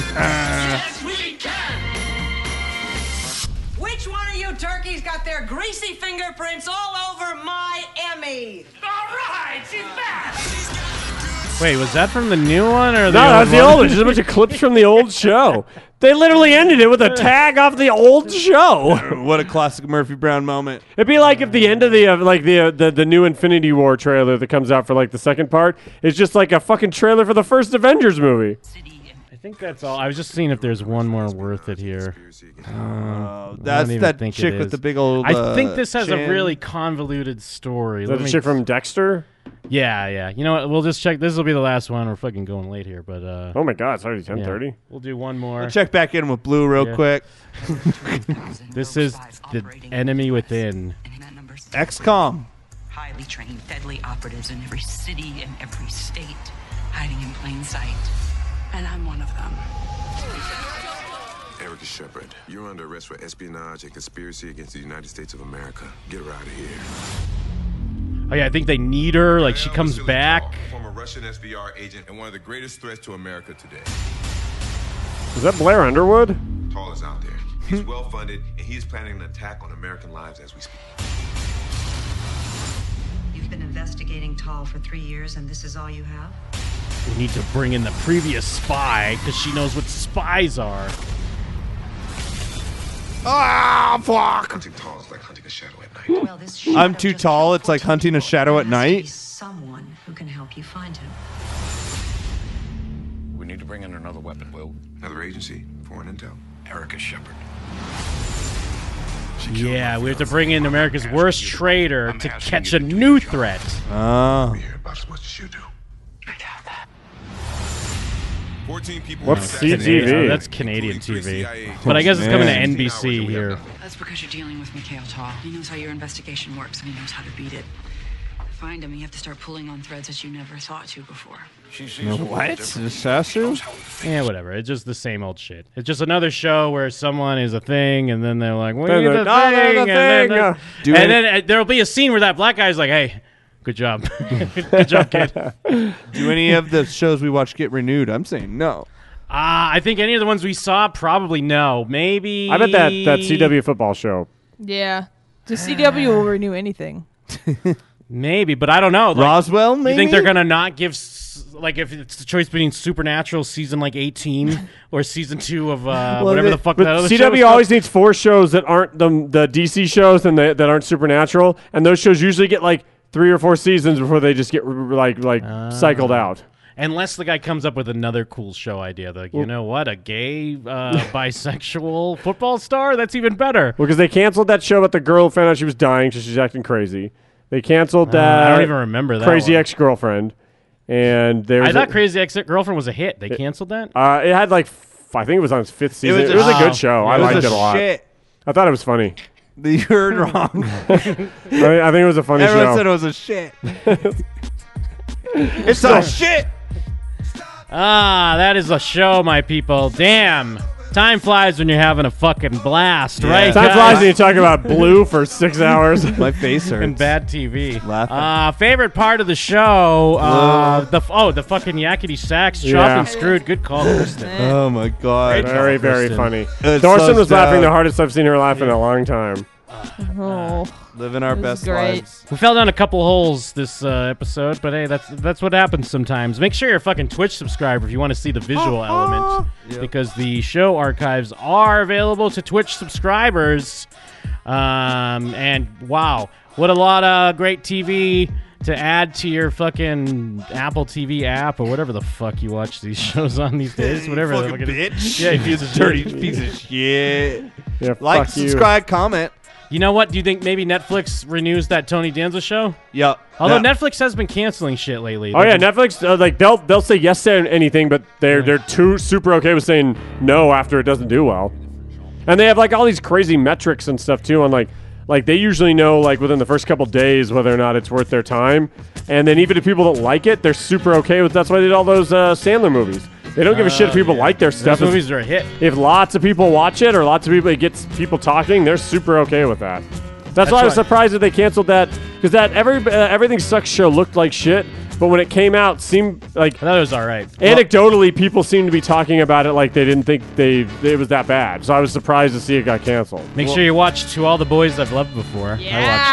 Which one of you turkeys got their greasy fingerprints all over my Emmy? All right, she's back. Wait, was that from the new one or no, the that's old the one? old. one. Just a bunch of clips from the old show. They literally ended it with a tag off the old show. what a classic Murphy Brown moment. It'd be like if the end of the uh, like the, uh, the the new Infinity War trailer that comes out for like the second part is just like a fucking trailer for the first Avengers movie. I think that's all. I was just seeing if there's one more worth it here. Oh, that's that chick with the big old, I think uh, this has a chin. really convoluted story. Is that Let the me- chick from Dexter? Yeah, yeah. You know what? We'll just check. This will be the last one. We're fucking going late here, but uh. Oh my god, it's already ten thirty. We'll do one more. We'll check back in with Blue real Yeah. quick. this is the enemy within. XCOM. Highly trained, deadly operatives in every city and every state, hiding in plain sight. And I'm one of them. Erica Shepard, you're under arrest for espionage and conspiracy against the United States of America. Get her out of here. Oh yeah, I think they need her. Like she comes back. Former Russian SVR agent and one of the greatest threats to America today. Is that Blair Underwood? Tall is out there. He's Hmm. well funded, and he's planning an attack on American lives as we speak. You've been investigating Tall for three years, and this is all you have? We need to bring in the previous spy because she knows what spies are. Ah, fuck! Hunting tall is like hunting a shadow at night. Well, this shadow I'm too tall. It's like hunting a shadow at night. someone who can help you find him. We need to bring in another weapon, Will. Another agency, foreign intel. Erica Shepard. Yeah, we have to bring in America's worst traitor to catch a new threat. Oh. 14 people. That's Canadian- oh, that's Canadian TV. But I guess it's coming to Man. NBC here. That's because you're dealing with Mikhail Tall. He knows how your investigation works and he knows how to beat it. To find him, you have to start pulling on threads that you never thought to before. What? Assassin? Yeah, whatever. It's just the same old shit. It's just another show where someone is a thing, and then they're like, "What Then are you they're the like, "Oh, they're thing?" the and then, thing. and Do then, any- uh, there'll be a scene where that black guy's like, "Hey, good job, good job, kid." Do any of the shows we watch get renewed? I'm saying no. Uh, I think any of the ones we saw, probably no. Maybe. I bet that that CW football show. Yeah. The CW will renew anything. Maybe, but I don't know. Like, Roswell, You think they're maybe? gonna not give s- like if it's the choice between Supernatural season like eighteen or season two of uh, whatever the fuck But that other show was CW always needs four shows that aren't the the DC shows and the, that aren't supernatural, and those shows usually get like three or four seasons before they just get r- r- like like cycled Ah. out. Unless the guy comes up with another cool show idea, like you Well- know what, a gay uh, bisexual football star. That's even better. Well, because they canceled that show about the girl who found out she was dying, so she's acting crazy. They canceled Uh, that. I don't even remember that Crazy one. Ex Girlfriend, and there. I was thought a- Crazy Ex Girlfriend was a hit. They canceled that. Uh, it had like f- I think it was on its fifth season. It was was a, a sh- good show. I It was liked a it a lot. shit. I thought it was funny. You heard wrong. I, think- I think it was a funny Everyone show. said it was a shit. it's a shit. Ah, that is a show, my people. Damn. Time flies when you're having a fucking blast, right? Time guys? flies when you talk about blue for six hours. My face hurts. And bad TV. Uh, favorite part of the show? Uh, the f- oh, the fucking yakety sax, chopped Yeah. and screwed. Good call, Kristen. Oh my god. Great very, job, very Kristen. funny. It Thorsten slows was laughing down. the hardest I've seen her laugh in a long time. Oh. Living our This is best great. lives. We fell down a couple holes this uh, episode, but hey, that's that's what happens sometimes. Make sure you're a fucking Twitch subscriber if you want to see the visual element, because the show archives are available to Twitch subscribers. Um, and wow, what a lot of great TV to add to your fucking Apple TV app or whatever the fuck you watch these shows on these days. Hey, Whatever, the fucking fuck it is. bitch. Yeah, you You piece of dirty shit. piece of shit. Yeah, Like, fuck you. subscribe, comment. You know what? Do you think maybe Netflix renews that Tony Danza show? Yep. Although Yeah. Netflix has been canceling shit lately. Oh They've yeah, been- Netflix. Uh, like they'll they'll say yes to anything, but they're they're too super okay with saying no after it doesn't do well. And they have like all these crazy metrics and stuff too on like like they usually know like within the first couple days whether or not it's worth their time. And then even if people don't like it, they're super okay with. That's why they did all those uh, Sandler movies. They don't give a shit if Oh, people like their stuff. Those movies are a hit. If lots of people watch it or lots of people it gets people talking, they're super okay with that. That's, That's why I was right. surprised that they canceled that because that every uh, everything sucks show looked like shit, but when it came out, seemed like that was all right. Anecdotally, people seemed to be talking about it like they didn't think they it was that bad. So I was surprised to see it got canceled. Make sure you watch To All the Boys I've Loved Before.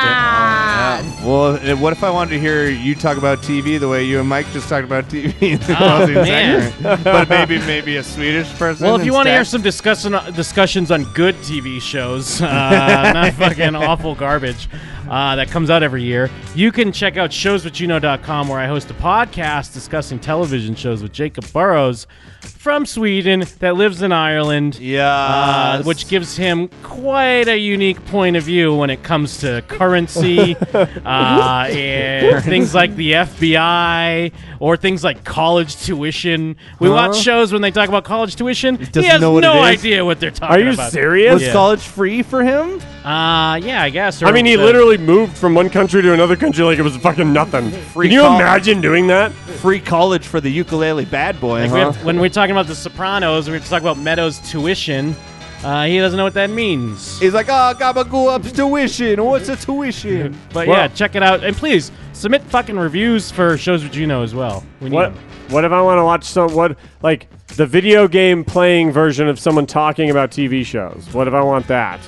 I watched it. Well, eh, what if I wanted to hear you talk about TV the way you and Mike just talked about TV in the Oh, closing man. segment? But maybe maybe a Swedish person. Well, if you want to hear instead? some discussion, discussions on good TV shows, uh, not fucking awful garbage uh, that comes out every year, you can check out showswhatyouknow.com where I host a podcast discussing television shows with Jacob Burrows from Sweden that lives in Ireland. Yeah. uh, which gives him quite a unique point of view when it comes to currency uh, and things like the FBI or things like college tuition. We Huh? watch shows when they talk about college tuition. He, doesn't has know what no it is? idea what they're talking about. Was Yeah. college free for him? Uh, yeah, I guess. or I mean, he the- literally moved from one country to another country like it was fucking nothing. Free Can you college. imagine doing that? Free college for the ukulele bad boy. Like we huh? have- when we're talking about The Sopranos, we have to talk about Meadows' tuition. Uh, he doesn't know what that means. He's like, oh, gabagoo up's tuition. What's a tuition? But yeah, check it out. And please submit fucking reviews for shows with Gino as well. We need What them. What if I want to watch some what like the video game playing version of someone talking about TV shows? What if I want that?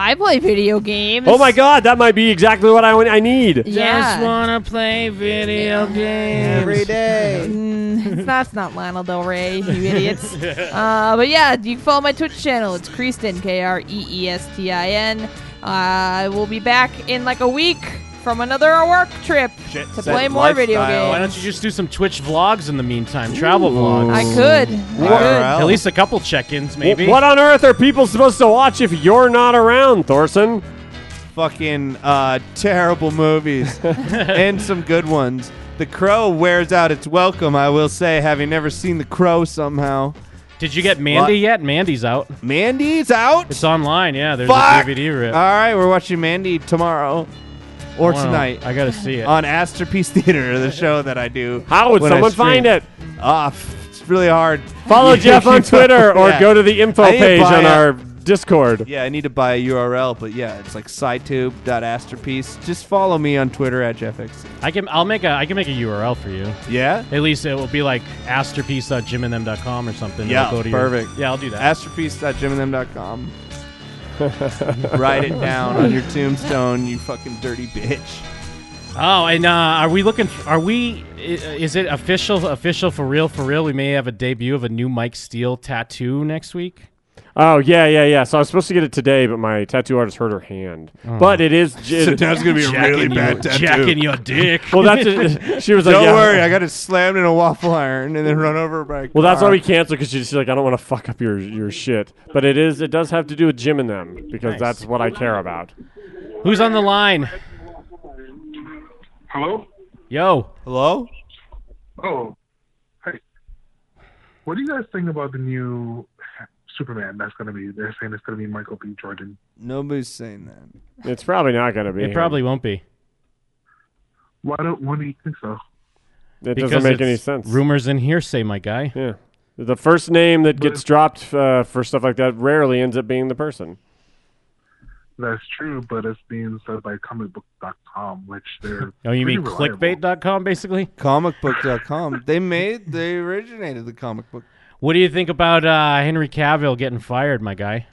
I play video games. Oh my god, that might be exactly what I want- I need. Yeah. wanna play video games every day. Mm, that's not Lionel Del Rey, you idiots. Uh, but yeah, you can follow my Twitch channel. It's Kreestin, K R E E S T I N. I will be back in like a week from another work trip Shit to set play more video lifestyle. Why games. don't you just do some Twitch vlogs in the meantime? Travel vlogs. I could. I could. At least a couple check-ins, maybe. What on earth are people supposed to watch if you're not around, Thorson? Fucking uh, terrible movies and some good ones. The Crow wears out its welcome, I will say, having never seen The Crow somehow. Did you get Mandy What? yet? Mandy's out. Mandy's out? It's online. Yeah, there's Fuck! a DVD All rip. right, we're watching Mandy tomorrow or Wow. tonight. Uh, I gotta see it. on Astropiece Theater, the show that I do. How would when I someone stream. find it? Ah, f- it's really hard. Follow You Jeff on keep up Twitter with or that. go to the info I need to page buy on a- our Discord. Yeah, I need to buy a URL, but yeah, it's like SciTube.Asterpiece. Just follow me on Twitter at JeffX. I can. I'll make a. I can make a URL for you. Yeah. At least it will be like asterpiece.jimandthem.com or something. Yeah, It'll go to your- perfect. yeah, I'll do that. Asterpiece.jimandthem.com. Write it down on your tombstone, you fucking dirty bitch. Oh, and uh, are we looking? Are we? i- Is it official? Official for real? For real? We may have a debut of a new Mike Steele tattoo next week. Oh yeah, yeah, yeah. So I was supposed to get it today, but my tattoo artist hurt her hand. But it is. Oh. So it- that's gonna be a Jacking really bad your- tattoo. jacking your dick. well, that's. It. She was like, Don't yeah. worry, I got it slammed in a waffle iron and then run over by. a Well, that's why car." Uh, we canceled because she's like, I don't want to fuck up your your shit. But it is. It does have to do with Jim and them because Nice. that's what I care about. Who's on the line? Hello? Yo. Hello. Oh. Hey. What do you guys think about the new Superman that's going to be? They're saying it's going to be Michael B. Jordan. Nobody's saying that. It's probably not going to be. It him. probably won't be. Why don't Why do you think so? It Because doesn't make any it's sense. Rumors and hearsay, my guy. Yeah. The first name that gets dropped uh, for stuff like that rarely ends up being the person. That's true, but it's being said by comicbook.com, which they're. Oh, you mean pretty reliable. clickbait.com, basically? Comicbook.com. They made. They originated the comic book. What do you think about uh, Henry Cavill getting fired, my guy?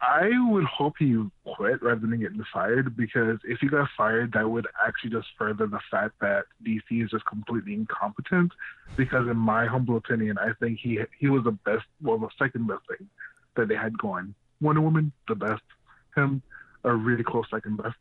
I would hope he quit rather than getting fired because if he got fired, that would actually just further the fact that DC is just completely incompetent. Because in my humble opinion, I think he he was the best, well, the second best thing that they had going. Wonder Woman, the best. Him, a really close second best.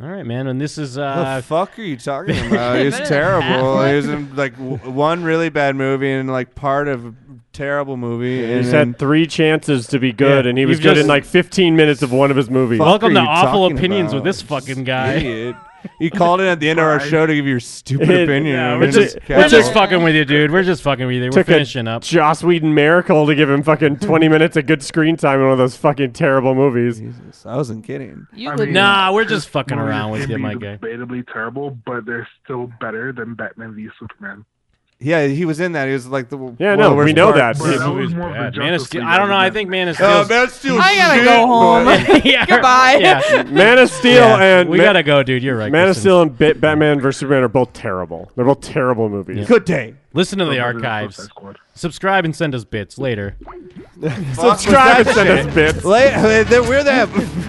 All right, man. And this is uh, the fuck are you talking about? It was Better than terrible. half. It was in, like w- one really bad movie and like part of a terrible movie. He's and then- had three chances to be good, Yeah. and he was You've good just- in like 15 minutes of one of his movies. Fuck Welcome are to you Awful talking Opinions with about? this fucking guy. Idiot. You called in at the end of our show to give your stupid It- opinion. yeah, I mean, we're just- it's we're We're casual. just fucking with you, dude. We're just fucking with you. We're Took finishing a up. Joss Whedon miracle to give him fucking 20 minutes of good screen time in one of those fucking terrible movies. I wasn't kidding. You I would- mean, nah, we're just fucking Movies around with can you, be my guy. Debatably terrible, but they're still better than Batman v Superman. Yeah, he was in that. He was like the w- Yeah, one no, of the worst we know parts. that. This That movie's more of a bad. Man of Justice Steel. League I don't know. I argument. think Man of Steel. Oh, Uh, Man of Steel I gotta shit, go home. but- yeah, Goodbye. Yeah. Man of Steel Yeah, Oh, and we Ma- gotta go, dude. You're right. Man of Kristen. Steel and Ba- Batman vs Superman are both terrible. They're both terrible movies. Good day. Listen to the Remember the archives. Suicide Squad. Subscribe and send us bits later. Subscribe and send us bits. Late, we're that.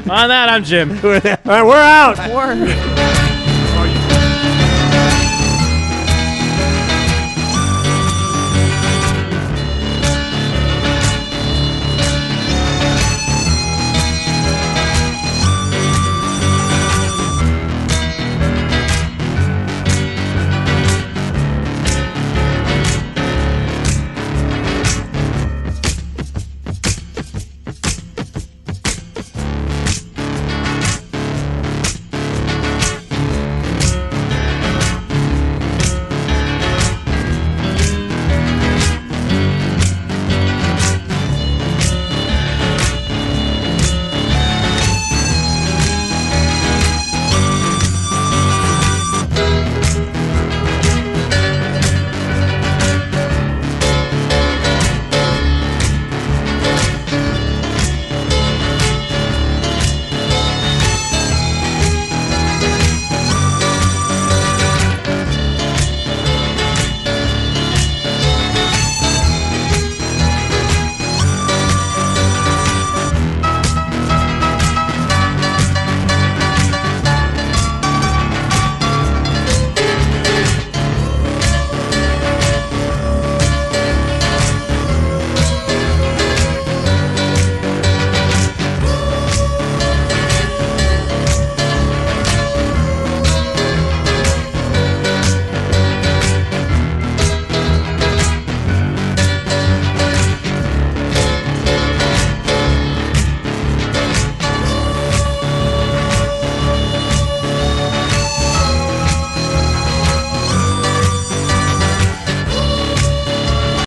On that, I'm Jim. All right, we're out. Word.